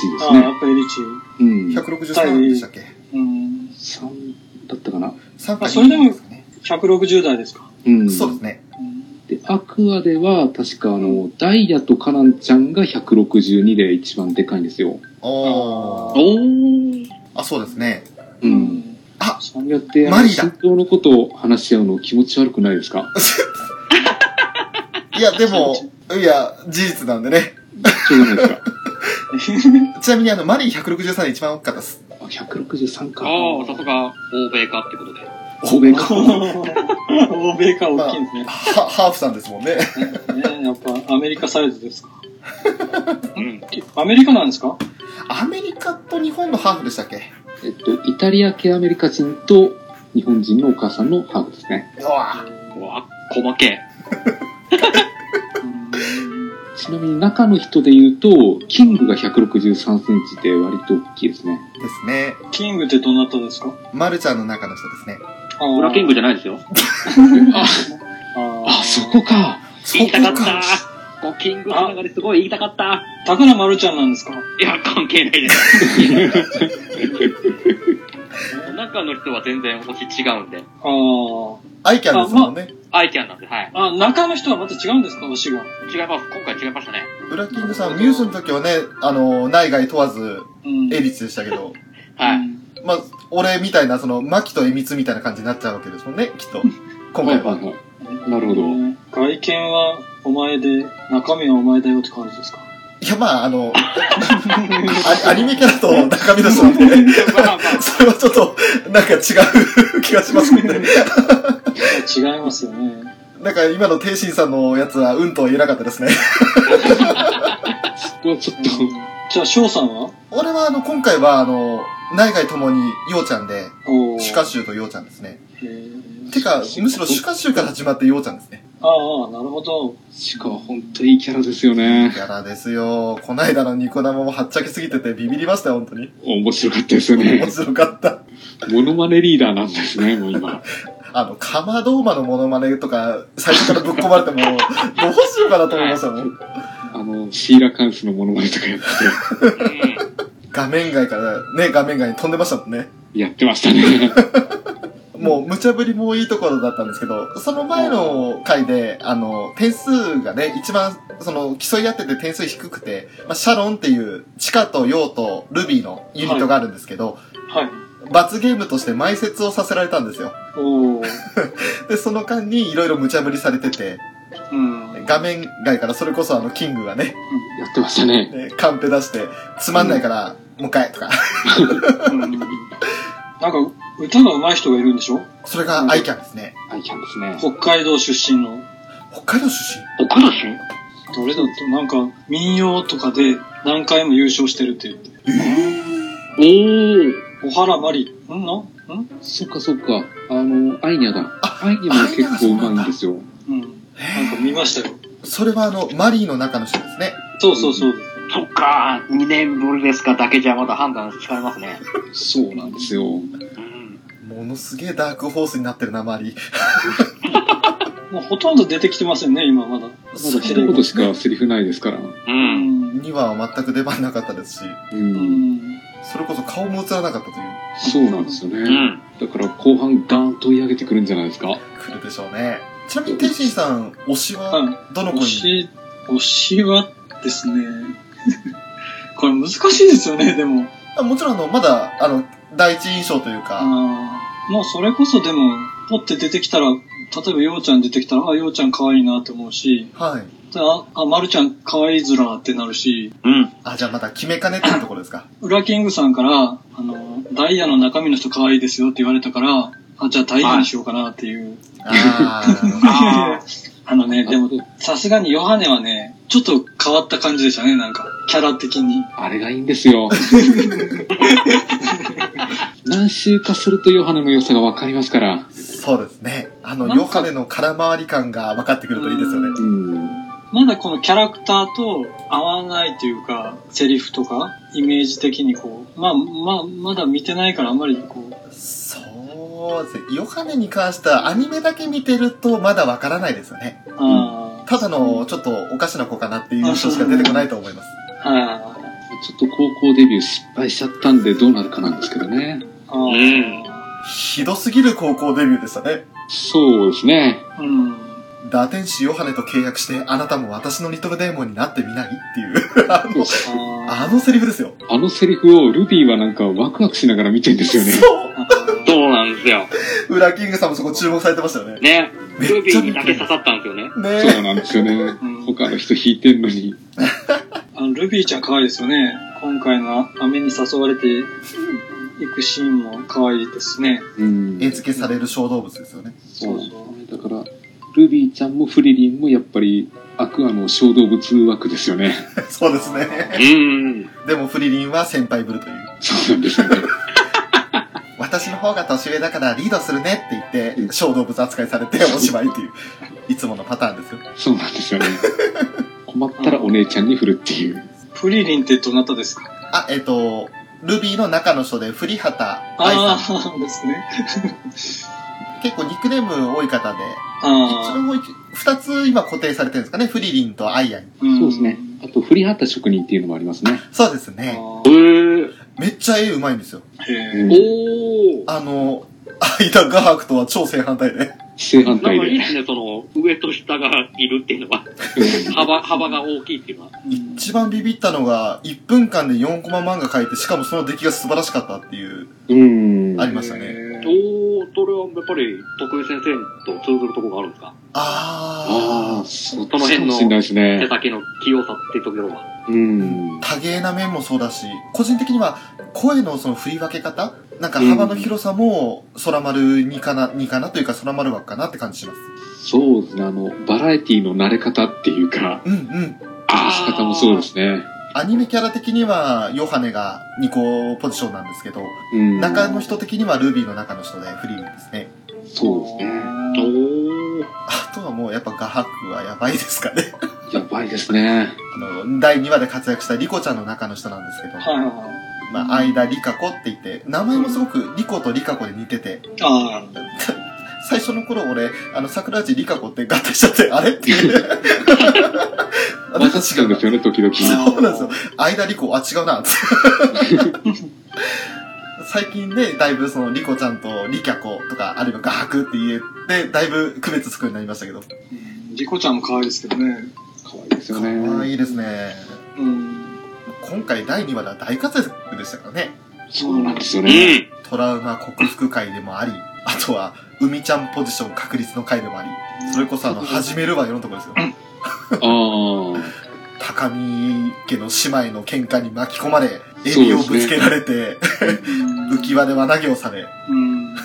S4: チです
S5: ああ、や
S4: ね。
S5: っぱりリチ。
S4: うん。
S2: 163でしたっけ
S5: うん。
S4: 3だったかな。
S2: ?3 回
S5: あそれでも
S2: ですかね。
S5: 160代ですか
S4: うん。
S2: そうですね。
S5: うん
S4: で、アクアでは、確かあの、ダイヤとカナンちゃんが162で一番でかいんですよ。
S2: おー。
S3: おー。
S2: あ、そうですね。
S4: うん。
S2: あ
S4: そうやって、あ
S2: マ
S4: の、
S2: リだ
S4: 心臓のことを話し合うの気持ち悪くないですか
S2: いや、でも、いや、事実なんでね。
S4: そうじゃないですか。
S2: ちなみに、あの、マリー163で一番多かったです。
S4: あ、163か。
S3: ああ、さすが、欧米かってことで。
S4: 欧米か。
S5: 欧米か大きいんですね。
S2: はハーフさんですもんね。
S5: ねやっぱアメリカサイズですか。
S3: うん。
S5: アメリカなんですか
S2: アメリカと日本のハーフでしたっけ
S4: えっと、イタリア系アメリカ人と日本人のお母さんのハーフですね。
S2: うわ
S3: うわ、細けえ。
S4: ちなみに中の人で言うと、キングが163センチで割と大きいですね。
S2: ですね。
S5: キングってどなたですか
S2: マルちゃんの中の人ですね。
S5: ブ
S3: ブラキングじ
S5: ゃ
S3: ゃないですよ。
S5: あ
S4: あ、そこか。
S2: そ
S3: 言いたかっ
S2: こ
S3: た。こうキングつながりすごい言いたかった。
S5: タクラマルちゃんなんですか
S3: いや、関係 ないです。中の人は全然星違うんで。
S5: あー
S2: アイキャンですもんね。
S3: アイキャンなんで、はい。
S5: あ。中の人はまた違うんですか推しが。
S3: 違います。今回違いましたね。
S2: ブラッキングさん、ミューズの時はね、あの、内外問わず、
S5: うん。
S2: エビツでしたけど、
S3: はい。
S5: い。
S2: まあ、俺みたいな、その、マキとエビツみたいな感じになっちゃうわけですもんね、きっと。今回は。
S4: い。なるほど
S5: ね外見はお前で、中身はお前だよって感じですか
S2: いや、まあ、あの、 アアニメキャラと中身の人なんで、
S5: まあまあ
S2: それはちょっと、なんか違う気がしますけどね。
S5: 違いますよね。
S2: なんか今の天心さんのやつは、うんとは言えなかったですね。
S4: そこはちょっと、
S5: じゃあ、翔さんは
S2: 俺は、あの、今回は、あの、内外ともに、ようちゃんで、
S5: おー
S2: シュカシューとようちゃんですね。
S5: えー
S2: てか、むしろシュカシューから始まってようちゃんですね。
S5: ああ、なるほど。
S4: シカは本当にいいキャラですよね。
S2: やらですよ。こないだのニコ生もはっちゃけすぎててビビりましたよ、本当 に。
S4: 面白かったですよね
S2: 面。白かった。
S4: モノマネリーダーなんですね、もう今。
S2: あの、カマドーマのモノマネとか、最初からぶっ込まれても、 どうしようかなと思いましたもん。
S4: あの、シーラカンスのモノマネとかやって
S3: うん。
S2: 画面外から、ね、画面外に飛んでましたもんね。
S4: て、やってましたね。
S2: もう、無茶ぶりもいいところだったんですけど、その前の回で、あの、点数がね、一番、その、競い合ってて点数低くて、まあ、シャロンっていう、チカとヨウとルビーのユニットがあるんですけど、
S5: はい。
S2: 罰ゲームとして埋設をさせられたんですよ。
S5: おー
S2: で、その間にいろいろ無茶ぶりされてて、
S5: うん。
S2: 画面外からそれこそあの、キングがね、
S4: やってましたね。
S2: ねカンペ出して、つまんないから、もう一回とか。
S5: うんなんか、歌が上手い人がいるんでしょ
S2: それがアイキャンですね。
S4: アイキャンですね。
S5: 北海道出身の。
S2: 北海道出身
S3: お苦しん
S5: どれだと、なんか、民謡とかで何回も優勝してるって言って。
S3: おー。
S5: 小原まり、んのん
S4: そっかそっか。あの、アイニャだ。アイニャも結構うまいんですよ。
S5: うん。なんか見ましたよ。
S2: それはあの、マリーの中の人ですね。
S5: そうそうそう。
S3: そっか、2年ぶりですかだけじゃまだ判断つかれますね。
S4: そうなんですよ。
S3: うん。
S2: ものすげえダークホースになってるな、マリー。
S5: もうほとんど出てきてませんね、今ま
S4: ま
S5: だ。
S4: だ一言しかセリフないですから。う。
S3: うん。
S2: 2話は全く出番なかったですし、
S5: うんん。
S2: それこそ顔も映らなかったという、
S4: そうなんですよ
S3: う
S4: ね。
S3: ん。
S4: だから後半ガーンと追い上げてくるんじゃないですか。
S2: 来るでしょうね。ちなみに天心さん、推し
S5: は
S2: は、どの子
S5: 推
S2: に
S5: し、推しはですね、 これ難しいですよね、でも。
S2: あもちろんあの、まだ、あの、第一印象というか、
S5: あーもうそれこそでも、ポって出てきたら、例えばようちゃん出てきたら、あ、ようちゃん可愛いなって思うし、
S2: はい。
S5: であ、あ、まるちゃん可愛いずらってなるし、
S3: うん。
S2: あ、じゃあまだ決めかねっていうところです か。
S5: ウラキングさんから、あの、ダイヤの中身の人可愛いですよって言われたから、あ、じゃあダイヤにしようかなっていう。
S2: あー、
S3: あ
S5: あのね、でも、さすがにヨハネはね、ちょっと変わった感じでしたね、なんか、キャラ的に。
S4: あれがいいんです よ。何周かするとヨハネの良さがわかりますから。
S2: そうですね。あの、
S5: なんか
S2: ヨハネの空回り感が分かってくるといいですよね。
S4: うん。
S5: まだこのキャラクターと合わないというか、セリフとか、イメージ的にこう、まあ、まあ、まだ見てないからあんまりこう、
S2: そうですね。ヨハネに関してはアニメだけ見てるとまだわからないですよね。
S5: あ
S2: ただのちょっとおかしな子かなっていう人しか出てこないと思います。
S5: あ、あ
S4: ちょっと高校デビュー失敗しちゃったんでどうなるかなんですけどね。
S5: あ、あ
S3: うん
S5: あ、
S2: ひどすぎる高校デビューでしたね。
S4: そうですね。
S5: うん。
S2: 堕天使ヨハネと契約して、あなたも私のリトルデーモンになってみないって いう、あの、
S5: あ
S2: あのセリフですよ。
S4: あのセリフをルビーはなんかワクワクしながら見てんですよね。
S2: そう
S5: ーあ
S3: そうなんですよ。
S2: ウラキングさんもそこ注目されてましたよね。
S3: ね。
S2: め
S3: ル
S2: っ
S3: ビ
S2: ちゃ
S3: ーに
S2: 見て
S3: だけ
S2: る
S3: 刺さったんですよね。
S4: そ
S2: ね
S4: うなんですよね。
S5: ーうん
S4: 他の人弾いてんのに。
S5: あのルビーちゃん可愛いですよね。今回の雨に誘われていくシーンも可愛いですね。
S4: うん
S2: え。絵付けされる小動物ですよね。
S4: そうだから、ルビーちゃんもフリリンもやっぱり、アクアの小動物枠ですよね。
S2: そうですね。
S3: うん。
S2: でもフリリンは先輩ぶるという。
S4: そうなんですよね。
S2: 私の方が年上だからリードするねって言って、小動物扱いされてお しまいっていう、いつものパターンですよ。
S4: そうなんですよ ね。困ったらお姉ちゃんに振るっていう。
S5: フリリンってどなたですか
S2: あ、えっ、と、ルビーの中の人で、フリハタ愛さ
S5: あ
S2: ん。
S5: あ、ですね。
S2: 結構ニックネーム多い方で、一
S5: ああ、
S2: 番多い、二つ今固定されてるんですかね。フリリンとアイアイ。
S5: ん
S4: そうですね。あと、振り旗職人っていうのもありますね。
S2: そうです
S5: あ
S2: ね。
S3: う
S5: ー
S3: ー。
S2: めっちゃ絵うまいんですよ。
S5: へえ。
S3: おー。
S2: あの、間画伯とは超正反対で。
S4: 正反
S3: な
S4: 対
S3: んかいい
S4: で。
S3: ですね、その、上と下がいるっていうのは。幅、幅が大きいっていうのは。
S2: 一番ビビったのが、1分間で4コマ漫画描いて、しかもその出来が素晴らしかったっていう、
S4: うん。
S2: ありましたね。
S5: ね。
S3: おー、それはやっぱり、徳井先生と通ずるところがあるんですか
S2: あー
S4: ああ、そっち
S3: そ
S4: か
S3: の
S4: もし
S3: 辺の
S4: れないです
S3: 手
S4: ね。
S3: 先の器用さっていうところは。
S4: うん。
S2: 多芸な面もそうだし、個人的には声のその振り分け方なんか幅の広さも空丸にかな、にかなというか空丸枠かなって感じします。
S4: そうですね。あの、バラエティの慣れ方っていうか、
S2: うんうん。
S4: 話し方もそうですね。
S2: アニメキャラ的にはヨハネが2個ポジションなんですけど、
S4: うん。
S2: 中の人的にはルビーの中の人でフリーですね。
S4: そうですね。
S3: おー。
S2: あとはもうやっぱ画伯はやばいですかね。
S4: やばいですね。
S2: あの、第2話で活躍したリコちゃんの中の人なんですけど、
S5: はいはいはい。
S2: まあ、間リカ子って言って、名前もすごくリコとリカ子で似てて、
S5: あ
S2: 最初の頃俺、あの、桜内リカ子って合体しちゃって、あれっていう。あ
S4: また違うんですよね、時々。
S5: あ。
S2: そうなんですよ。間リコ、あ、違うな。最近ね、だいぶその、リコちゃんとリキャコとか、あるいは画伯って言えて、だいぶ区別つくようになりましたけど。か
S5: うんリコちゃんも可愛いですけどね。
S4: 可愛いですよ
S2: わ
S4: ね。
S2: いいですね。
S5: うん。
S2: 今回第2話では大活躍でしたからね。
S4: そうなんですよ
S3: う
S4: ね。
S3: ん。
S2: トラウマ克服会でもあり、あとは、海ちゃんポジション確率の会でもあり、それこそあの、始めるわよのとこですよ。
S4: ああ。
S2: 高見家の姉妹の喧嘩に巻き込まれ、エビをぶつけられて、浮き輪で輪投げをされ、
S5: うん。
S4: だ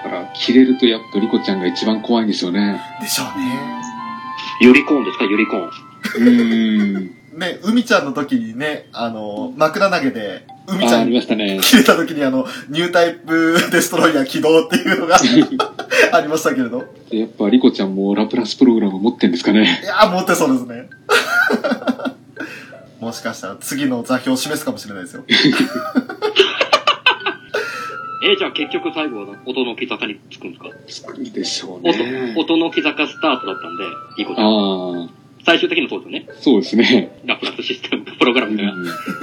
S4: から、切れるとやっぱリコちゃんが一番怖いんですよね。
S2: でしょうね。
S3: ユリコーンですか、ユリコーン。
S4: うん。
S2: ね、海ちゃんの時にね、あの、枕投げで、海ち
S4: ああ、
S2: ゃ
S4: あり
S2: ん
S4: ましたね。
S2: 切れた時にあの、ニュータイプデストロイヤー起動っていうの がありましたけれど。
S4: でやっぱリコちゃんもラプラスプログラム持ってんですかね。
S2: いやー、持ってそうですね。 もしかしたら次の座標を示すかもしれないですよ。
S3: えー、じゃあ結局最後は音の木坂に着くんですか
S4: そうでしょうね。
S3: 音、音の木坂スタートだったんで、リコちゃん。
S4: あ
S3: 最終的にそうですよね。
S4: あ、そうですね。
S3: ラプラスシステム、プログラムが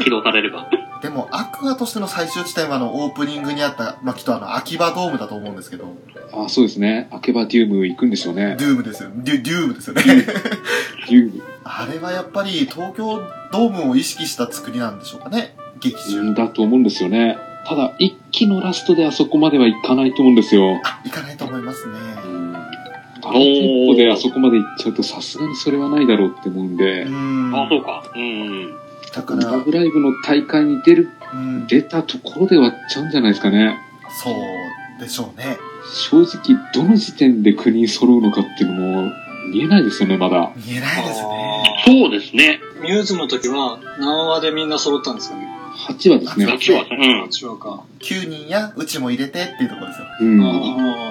S3: 起動されれば。
S2: でも、アクアとしての最終地点はあの、オープニングにあった、まあ、きっとあの、秋葉ドームだと思うんですけど、
S4: ああ、そうですね。アケバデューム行くんでしょう
S2: ド
S4: ね。
S2: ゥームですよ。デュ、デュームですよ ね。
S4: デューム
S2: あれはやっぱり東京ドームを意識した作りなんでしょうかね。劇中。
S4: うんだと思うんですよね。ただ、一期のラストであそこまではいかないと思うんですよ。
S2: あ、行かないと思いますね。
S4: うん。あの一歩であそこまで行っちゃうとさすがにそれはないだろうって思うん
S2: う
S4: で、
S2: ん。
S3: あ、そうか。うん。
S2: だか
S4: ラ
S2: ら
S4: ブ、ライブの大会に出る、
S2: うん、
S4: 出たところで終わっちゃうんじゃないですかね。
S2: そうでしょうね。
S4: 正直、どの時点で国揃うのかっていうのも見えないですよね、まだ。
S2: 見えないですね。
S3: そうですね。
S5: ミューズの時は何話でみんな揃ったんですかね
S4: 8話です
S2: そ
S4: ね
S2: う。
S3: 8は、うん。
S5: ?8 話か。
S2: 9人やうちも入れてっていうところですよ。
S4: うん。
S5: あ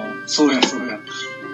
S5: あ、そうやそうや。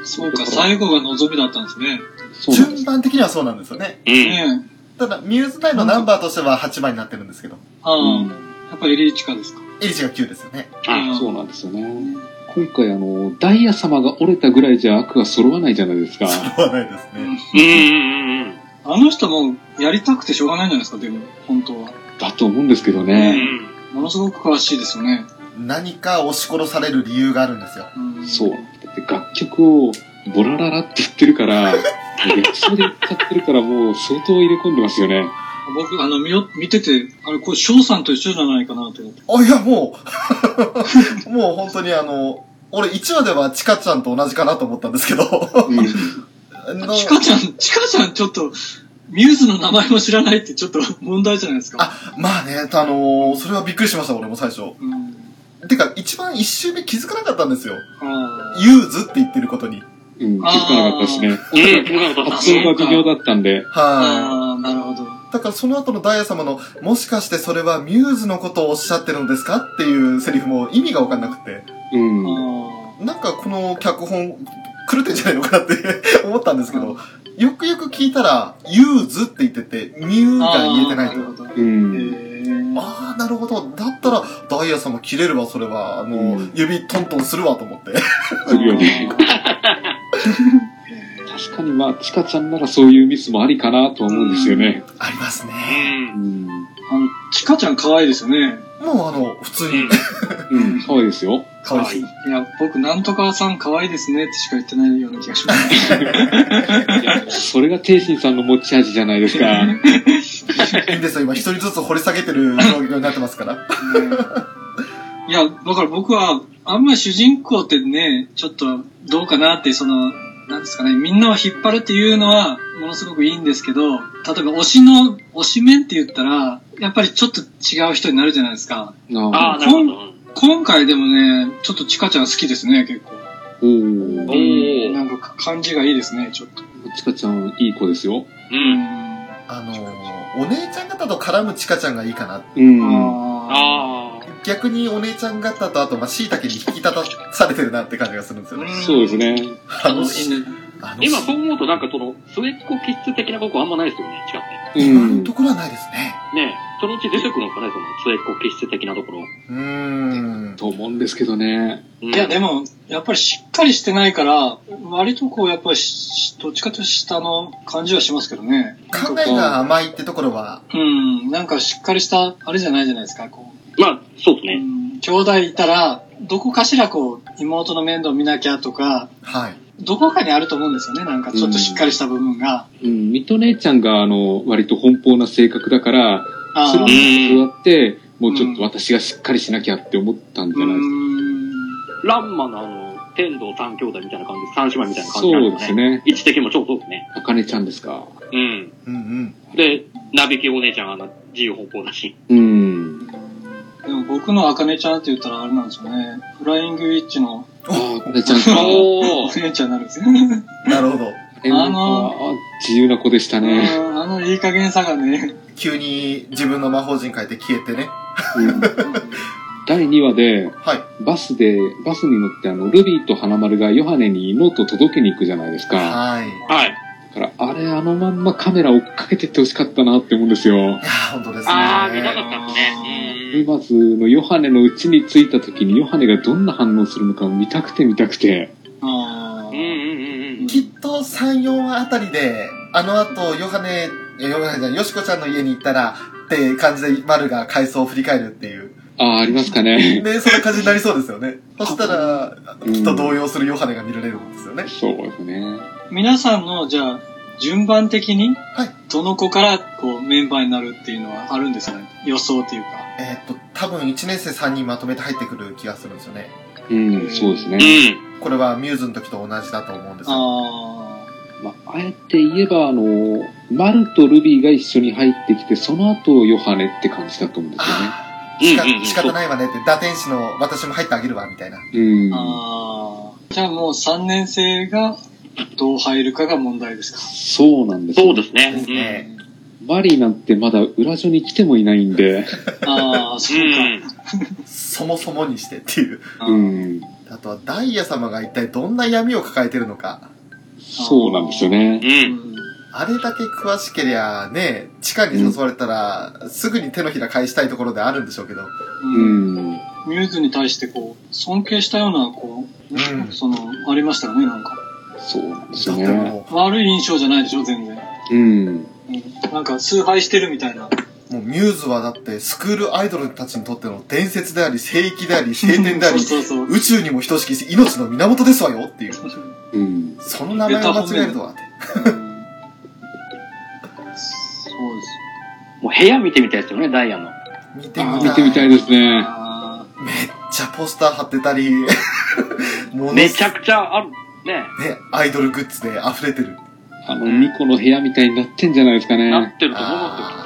S5: そうか、最後が望みだったんですね。
S4: そうなんで
S2: 順
S4: す。
S2: 番的にはそうなんですよね。
S3: うん。
S5: ねえ。
S2: ただ、ミューズ内のナンバーとしては8番になってるんですけど、
S5: ああ、
S4: うん
S5: やっぱりリーチかですか。
S2: エリジが9ですよね。
S3: あ、
S4: そうなんですよね。今回、あの、ダイヤ様が折れたぐらいじゃ悪は揃わないじゃないですか。
S2: そうはないですね。
S3: うんうんうん
S5: あの人もやりたくてしょうがないんじゃないですか、でも、本当は。
S4: だと思うんですけど
S3: うん。う
S4: ね。
S3: ん。
S5: ものすごく詳しいですよね。
S2: 何か押し殺される理由があるんですよ。
S5: うん
S4: そう。だって楽曲をボラララって言ってるから、略称で言っちゃってるから、もう相当入れ込んでますよね。
S5: 僕、あの、見よ、見てて、あれ、これ、翔さんと一緒じゃないかなと思って。
S2: あ、いや、もう、 もう本当にあの、俺1話ではチカちゃんと同じかなと思ったんですけ ど、
S4: うん。
S2: の
S5: チカちゃん、チカちゃん、ちょっと、ミューズの名前も知らないって、ちょっと 問題じゃないですか。
S2: まあね、あのそれはびっくりしました、俺も最初。
S5: うん。
S2: てか、一番一周目気づかなかったんですよ。
S5: あ
S2: ユーズって言ってることに。
S4: うん、気づかなかったですね。
S3: ええー、そうなんだ
S4: 発音が微妙だったんで。
S5: あ。
S2: は
S5: ああ、なるほど。
S2: い。だからその後のダイヤ様の、もしかしてそれはミューズのことをおっしゃってるんですかっていうセリフも意味がわかんなくて。
S4: うん。
S5: あ
S2: なんかこの脚本、狂ってんじゃないのかなって思ったんですけど、よくよく聞いたら、ユーズって言ってて、ミュー
S5: あ。
S2: が言えてない
S5: ああなる
S2: と。
S5: ほど。へ
S4: うん。
S5: え。
S2: ああ、なるほど。だったら、ダイヤ様切れるわ、それは。あの、
S4: うん
S2: 指トントンするわ、と思って。
S4: するよね。確かに、まあ、チカちゃんならそういうミスもありかなとは思うんですよね。
S2: あります
S3: う。
S2: ね。
S4: うんん。
S5: あの、チカちゃん可愛いですよね。
S2: もうあの、普通に、
S4: うん、可愛いですよ。
S2: 可愛い
S3: い。
S5: いや、僕、なんとかさん可愛いですねってしか言ってないような気がします。
S4: いやそれが天心さんの持ち味じゃないですか。
S2: いいんですよ、今一人ずつ掘り下げてる状況になってますから。
S5: いや、だから僕は、あんまり主人公ってね、ちょっとどうかなって、その、なんですかね、みんなを引っ張るっていうのは、ものすごくいいんですけど、例えば推しの、推し面って言ったら、やっぱりちょっと違う人になるじゃないですか。
S3: ああ、
S4: ああ。
S3: なるほど。
S5: 今回でもね、ちょっとチカちゃん好きですね、結構。
S4: お
S3: お
S4: ー。
S5: な
S3: ー。
S5: んか感じがいいですね、ちょっと。
S4: チカちゃん、いい子です
S3: う。
S4: よ。
S5: うん
S2: あのー、お姉ちゃん方と絡むチカちゃんがいいかな。
S4: うん。
S5: あ
S3: ああ。
S2: 逆にお姉ちゃん方と、あと、まあ、椎茸に引き立たされてるなって感じがするんですよね。
S5: ー
S4: そうです。ね。
S2: あの
S5: 楽、しいね。
S2: あの、
S3: 今そう思うとなんかその、末っ子キッズ的なことあんまないですよね、違って。
S4: う
S2: 今の
S4: ん
S2: と。ころはないですね。
S3: ねえ、そのうち出てくるのかね、その末っ子気質的なところ。
S2: うーん。
S4: と思うんですけどね。
S3: い
S5: いや、でも、やっぱりしっかりしてないから、割とこう、やっぱりし、どっちかというと下の感じはしますけどね。
S2: 考えが甘いってところは、
S5: うん、なんかしっかりした、あれじゃないじゃないですか、こう。
S3: まあ、そうです
S5: う
S3: ね。
S5: ん、兄弟いたら、どこかしらこう、妹の面倒見なきゃとか、
S2: はい。
S5: どこかにあると思うんですよね、なんかちょっとしっかりした部分が。
S4: うん。ミト姉ちゃんが、あの、割と奔放な性格だから、
S5: あ
S4: それを
S5: ー
S4: 見て育って、もうちょっと私がしっかりしなきゃって思ったんじ
S5: う
S4: ゃないですか。
S5: ん。
S3: ランマのあの、天道三兄弟みたいな感じ、三姉妹みたいな感じな
S4: そ
S3: ん
S4: う
S3: で
S4: ですす
S3: よね。
S4: ね。
S3: 位置的にも超そうですね。
S4: あかねちゃんですか。
S3: うん。
S2: うんうん。
S3: で、なびきお姉ちゃんはあの自由奔放だし。
S4: うん。
S5: でも僕のあかねちゃんって言ったらあれなんですよね。フライングウィッチの
S4: ああかねちゃんか。
S3: お
S5: お
S3: ー。
S5: 姉ちゃんになるんですよね。
S2: なるほど。
S4: えなんか
S5: あの
S4: あ自由な子でしたね。
S5: うんあのいい加減さがね。
S2: 急に自分の魔法陣変えて消えてね。
S4: うん第2話で、
S2: はい。
S4: バスで、バスに乗って、あの、ルビーと花丸がヨハネにノート届けに行くじゃないですか。
S2: はい。い
S3: はい。
S4: だから、あれ、あのまんまカメラ追っかけてってほしかったなって思うんですよ。
S2: やー、本当ですね。
S3: あー、見たかったですね。
S4: ルバスのヨハネのうちに着いた時にヨハネがどんな反応するのか見たくて見たくて。
S5: あ
S3: うん。うん
S5: ー
S3: うんうん
S2: きっと3、4話あたりで、あの後、ヨハネ、いやヨハネじゃない、ヨシコちゃんの家に行ったら、って感じで、丸が回想を振り返るって いう。
S4: ああ、ありますかね。
S2: で、そんな感じになりそうですよね。そしたら、
S4: うん
S2: きっと動揺するヨハネが見られるんですよね。
S4: そうですね。
S5: 皆さんの、じゃあ、順番的に
S2: はい、
S5: どの子からこうメンバーになるっていうのはあるんですかね予想というか。
S2: えーっと、多分1年生3人まとめて入ってくる気がするんですよね。
S4: うん、そうです
S3: う
S4: ね。
S3: ん。
S2: これはミューズの時と同じだと思うんですよ。
S5: あ
S4: まあ、あえて言えば、あの、マルとルビーが一緒に入ってきて、その後、ヨハネって感じだと思うんですよね。
S2: あ
S3: うん
S2: ー、しか
S3: う
S2: 仕方
S3: んうん
S2: ないわねって、打天使の私も入ってあげるわ、みたいな。
S4: うん
S5: ー。あーじゃあもう3年生がどう入るかが問題ですか。
S4: そうなんですよ
S3: そうです
S2: です
S3: ね。。
S2: ね。
S4: マリーなんてまだ裏所に来てもいないんで、
S5: ああ、そううん
S3: う
S5: か。
S3: ん。
S2: そもそもにしてっていう。
S5: あ
S4: う
S5: ー
S4: ん。
S2: あとは、ダイヤ様が一体どんな闇を抱えてるのか。
S4: そうなんですよね。
S5: う
S3: うん。
S5: ん
S2: あれだけ詳しけりゃね、地下に誘われたら、すぐに手のひら返したいところであるんでしょうけど。
S4: う
S5: うん
S4: ん。
S5: ミューズに対してこう、尊敬したような、こう、
S2: うん
S5: その、ありましたよね、なんか。
S4: そうなんです
S2: だ
S4: よ
S2: って
S4: ね。
S2: も
S5: 悪い印象じゃないでしょ、全然。
S4: うん。
S5: うんなんか、崇拝してるみたいな。
S2: う、もうミューズはだってスクールアイドルたちにとっての伝説であり、聖域であり、聖典であり、
S5: そうそうそう。
S2: 宇宙にも等しき命の源ですわよっていう。
S4: うん。
S2: その名前を間違えるとはって。
S5: そうです。
S3: もう部屋見てみたいですよね、ダイヤの。
S2: 見てみた
S4: あー
S2: い。
S4: 見てみたいですね。
S5: あ
S2: めっちゃポスター貼ってたり、もの
S3: めちゃくちゃある。ね
S2: ね、アイドルグッズで溢れてる。
S4: あの、2個の部屋みたいになってんじゃないですか
S3: な
S4: ね。
S3: ってると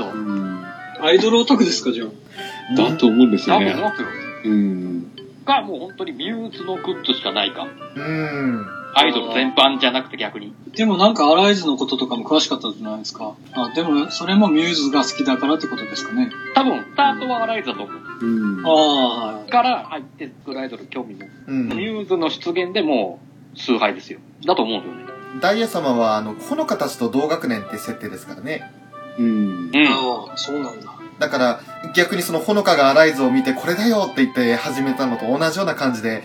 S3: 思うん
S4: う
S3: で
S4: ん
S5: ーアイドルオタクですか、じゃあ。
S4: だと思うんです
S3: すよ、
S4: よ
S3: きっと。多分思
S4: ね。
S3: ってる。
S4: うん。
S3: か、もう本当にミューズのグッズしかないか。
S2: うん。
S3: アイドル全般じゃなくて逆に。
S5: でもなんかアライズのこととかも詳しかったじゃないですか。あ、でもそれもミューズが好きだからってことですかね。
S3: 多分、スタートはアライズだと思う。
S4: うん
S5: あ。あ、はい。
S3: から入って、グライドル興味も。
S2: う
S3: ミ
S2: ん。
S3: ューズの出現でもう、崇拝ですよ。だと思うんですよね。
S2: ダイヤ様は、あの、ほのかたちと同学年って設定ですからね。
S4: う
S3: うん。
S4: ん。
S5: ああ、そうなんだ。
S2: だから、逆にそのほのかがアライズを見て、これだよって言って始めたのと同じような感じで、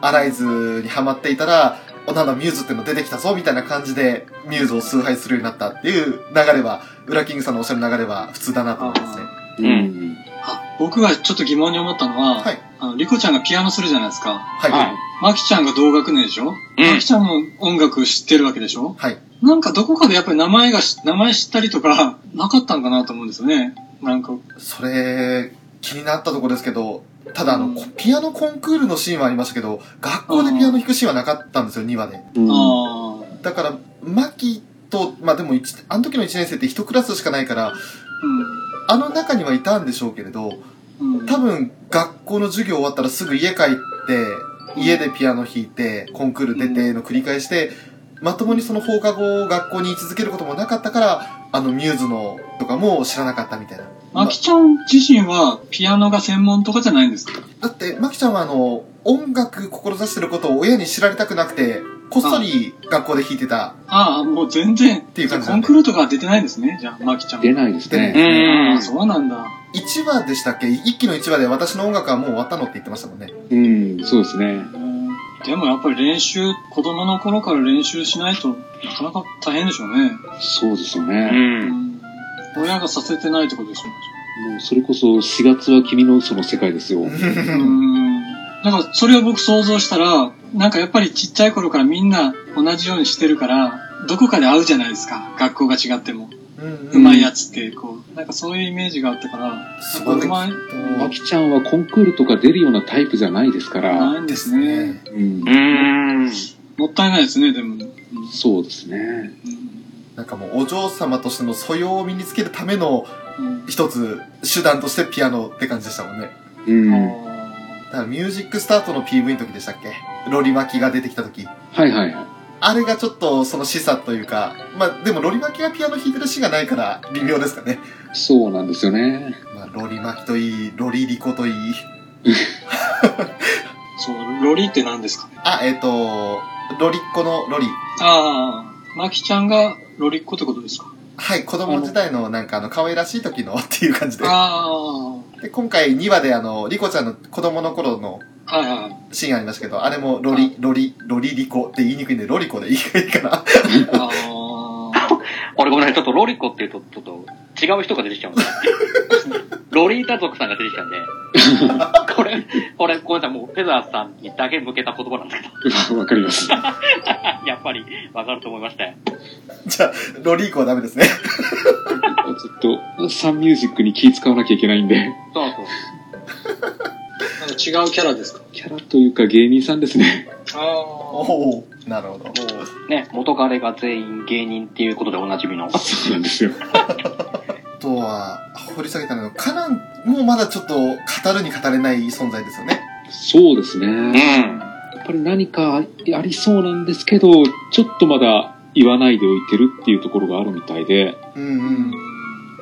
S2: アライズにハマっていたら、おなんだミューズっての出てきたぞみたいな感じで、ミューズを崇拝するようになったっていう流れは、ウラキングさんのおっしゃる流れは普通だなと思いますね。
S4: うん。うん。
S5: あ僕がちょっと疑問に思ったのは、
S2: はい
S5: あのリコちゃんがピアノするじゃないですか。
S2: はい。
S3: はい
S5: マキちゃんが同学年でしょ、マキちゃんも音楽知ってるわけでしょ
S2: はい。
S5: なんかどこかでやっぱり名前がし、名前知ったりとか、なかったんかなと思うんですよね。なんか、
S2: それ、気になったとこですけど、ただあの、
S5: うん
S2: こピアノコンクールのシーンはありましたけど、学校でピアノ弾くシーンはなかったんですよ、2話で。
S4: うん
S5: ああ、
S2: だから、マキと、まあでも一、あの時の1年生って1クラスしかないから、あの中にはいたんでしょうけれど、
S5: うん。うん。
S2: 多分、学校の授業終わったらすぐ家帰って、家でピアノ弾いて、コンクール出ての繰り返しで、まともにその放課後学校に居続けることもなかったから、あのミューズのとかも知らなかったみたいな。
S5: マキちゃん自身はピアノが専門とかじゃないんですか
S2: だって、まきちゃんはあの、音楽志してることを親に知られたくなくて、こっそり学校で弾いてた。
S5: ああ、もう全然。
S2: ていう感じ
S5: コ
S2: なん
S5: ン
S2: で
S5: クールとかは出てないんですね、じゃあ、マキちゃんは。
S4: 出ないです
S3: う
S4: ね。
S5: あ
S3: ん
S5: あ、。そうなんだ。
S2: 1話でしたっけ一期の1話で私の音楽はもう終わったのって言ってましたもんね。
S4: うん。そうですね。
S5: うんでもやっぱり練習、子供の頃から練習しないとなかなか大変でしょうね。
S4: そうですよ
S3: う。
S4: ね。
S5: うんん親がさせてないってことでしょ
S4: もうそれこそ4月は君の嘘の世界ですよ。
S5: う。ん。だからそれを僕想像したら、なんかやっぱりちっちゃい頃からみんな同じようにしてるから、どこかで会うじゃないですか。学校が違っても。
S2: うん
S5: うまいやつって、こう、なんかそういうイメージがあったから、
S2: そこできっ
S5: うまい
S4: ま
S2: と
S4: きちゃんはコンクールとか出るようなタイプじゃないですから。
S5: ないんですね。。
S4: うん
S3: う。ん。
S5: もったいないですね、でも。うん
S4: そうですね。
S2: なんかもうお嬢様としての素養を身につけるための
S5: うん
S2: 一つ手段としてピアノって感じでしたもんね。
S4: うん。
S2: だからミュージックスタートの PV の時でしたっけロリマキが出てきた時。
S4: はいはいはい。
S2: あれがちょっとその示唆というか、まあでもロリマキがピアノ弾いてるシーンがないから微妙ですかね。
S4: そうなんですよね。
S2: まあ、ロリマキといい、ロリリコといい。
S5: そう、ロリって何ですかね。
S2: あ、えっ、と、ロリッコのロリ。
S5: ああ、マキちゃんがロリっ子ってことですか。
S2: はい、子供時代のなんかあの、可愛らしい時の っていう感じで。
S5: あ
S2: で、今回2話であの、リコちゃんの子供の頃の
S5: あ、はいはい。
S2: シーンありましたけど、あれもロリ、ロリ、ロリリコって言いにくいんで、ロリコでいい かいいかな。
S5: ああ、
S3: 俺ごめんなさい、ちょっとロリコっていうと、ちょっと違う人が出てきちゃうんで。ロリータ族さんが出てきたんで。これ、これ、ごめんなさい、もうフェザーさんにだけ向けた言葉なんですけど、
S4: わかり ます。
S3: やっぱりわかると思いましたよ。
S2: じゃあ、ロリーコはダメですね。
S4: ちょっと、サンミュージックに気使わなきゃいけないんで。
S3: そうそう。
S5: なんか違うキャラですか。
S4: キャラというか芸人さんですね。
S5: ああ、
S2: おおなるほど。
S3: もうね、元彼が全員芸人っていうことでおなじみの。
S4: そうなんですよ。
S2: あとは、掘り下げたの、カナンもまだちょっと語るに語れない存在ですよね。
S4: そうです
S3: う
S4: ね。
S3: ん。
S4: やっぱり何かありそうなんですけど、ちょっとまだ言わないでおいてるっていうところがあるみたいで、
S2: うん
S5: う
S2: うん。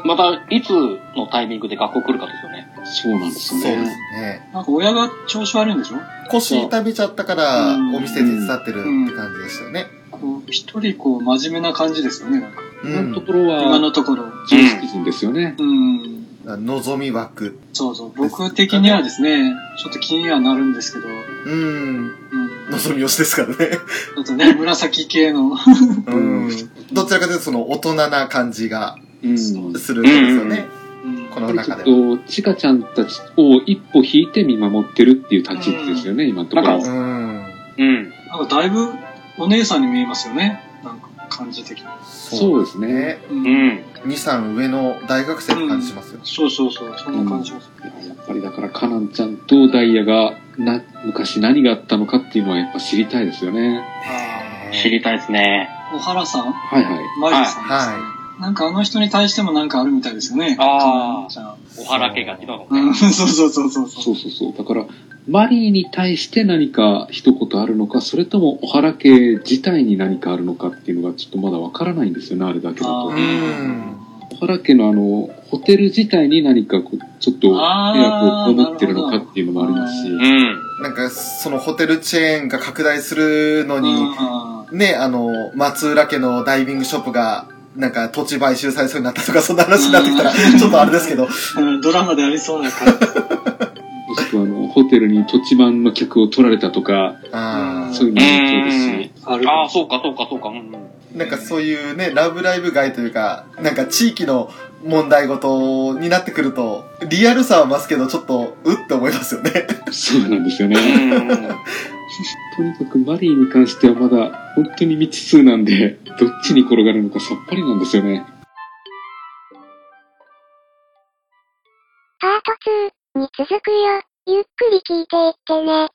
S3: また、いつのタイミングで学校来るかですよね。
S4: そうなんです
S2: そう
S4: ね。
S2: ですね。
S5: なんか親が調子悪いんでしょ
S2: 腰痛めちゃったから
S5: うん
S2: お店手伝ってるって感じでしたよね。
S5: こう、一人こう、真面目な感じですよね、なんか。
S2: う
S4: 今のと
S2: ん。
S4: ころ
S5: 今の
S4: は、
S5: ところ。
S4: 常識人ですよね。
S5: うん。
S2: 望み枠。
S5: そうそう。僕的にはですね、ちょっと気にはなるんですけど、う
S2: うん。
S5: ん。ち
S2: 望み推しですからね。
S5: ょっとね、紫系の。
S2: うん。どちらかというとその大人な感じが
S4: うん。
S5: そう
S2: するんですよね。
S5: うん
S2: こ
S4: や
S2: の
S4: っぱりち
S2: 中
S4: ょ
S2: では。
S4: っと、チカちゃんたちを一歩引いて見守ってるっていう立ち位置ですよね、今のとこ
S3: なん
S4: ろ
S3: か。
S2: うん。
S3: うん。
S5: なんかだいぶお姉さんに見えますよね。なんか感じ的に。
S4: そうですね。
S5: う。
S3: うんん。
S2: 2、3上の大学生って感じしますよ。
S5: そうそうそう。そんな感じです。
S4: いややっぱりだから、カナンちゃんとダイヤが、な、昔何があったのかっていうのはやっぱ知りたいですよね。
S3: 知りたいですね。
S5: 小原さん
S4: はいはい。
S5: マリさんですね。
S2: は
S5: なんかあの人に対してもなんかあるみたいですよね。
S3: あー
S5: じゃあ。
S3: お原家が違うの
S5: うん、 そうそうそうそうそ。
S4: そううそうそう。だから、マリーに対して何か一言あるのか、それとも、お原家自体に何かあるのかっていうのが、ちょっとまだわからないんですよね、あれだけだ
S5: あ
S4: と。
S2: う
S5: ー
S2: ん
S4: お原家のあの、ホテル自体に何かこう、ちょっと、迷
S5: あー
S4: 惑を被ってるのかっていうのもありますし。
S3: うん。
S2: なんか、そのホテルチェーンが拡大するのに、
S5: あ
S2: ね、あの、松浦家のダイビングショップが、なんか土地買収されそうになったとか、そんな話になってきたら、ちょっとあれですけど。
S5: ーうんドラマでありそうな感じ。
S4: もしくは、あの、ホテルに土地版の客を取られたとか、
S2: あ
S4: そういうのもそうですし。
S5: ある
S3: ああ、そうか、そうか、そうか。うんうん。
S2: ーなんかそういうね、ラブライブ街というか、なんか地域の問題事になってくると、リアルさは増すけど、ちょっと、うって思いますよね。
S4: そうなんですよね。
S3: うん
S4: とにかくマリーに関してはまだ本当に未知数なんで、どっちに転がるのかさっぱりなんですよね。
S1: パート2に続くよ。ゆっくり聞いていってね。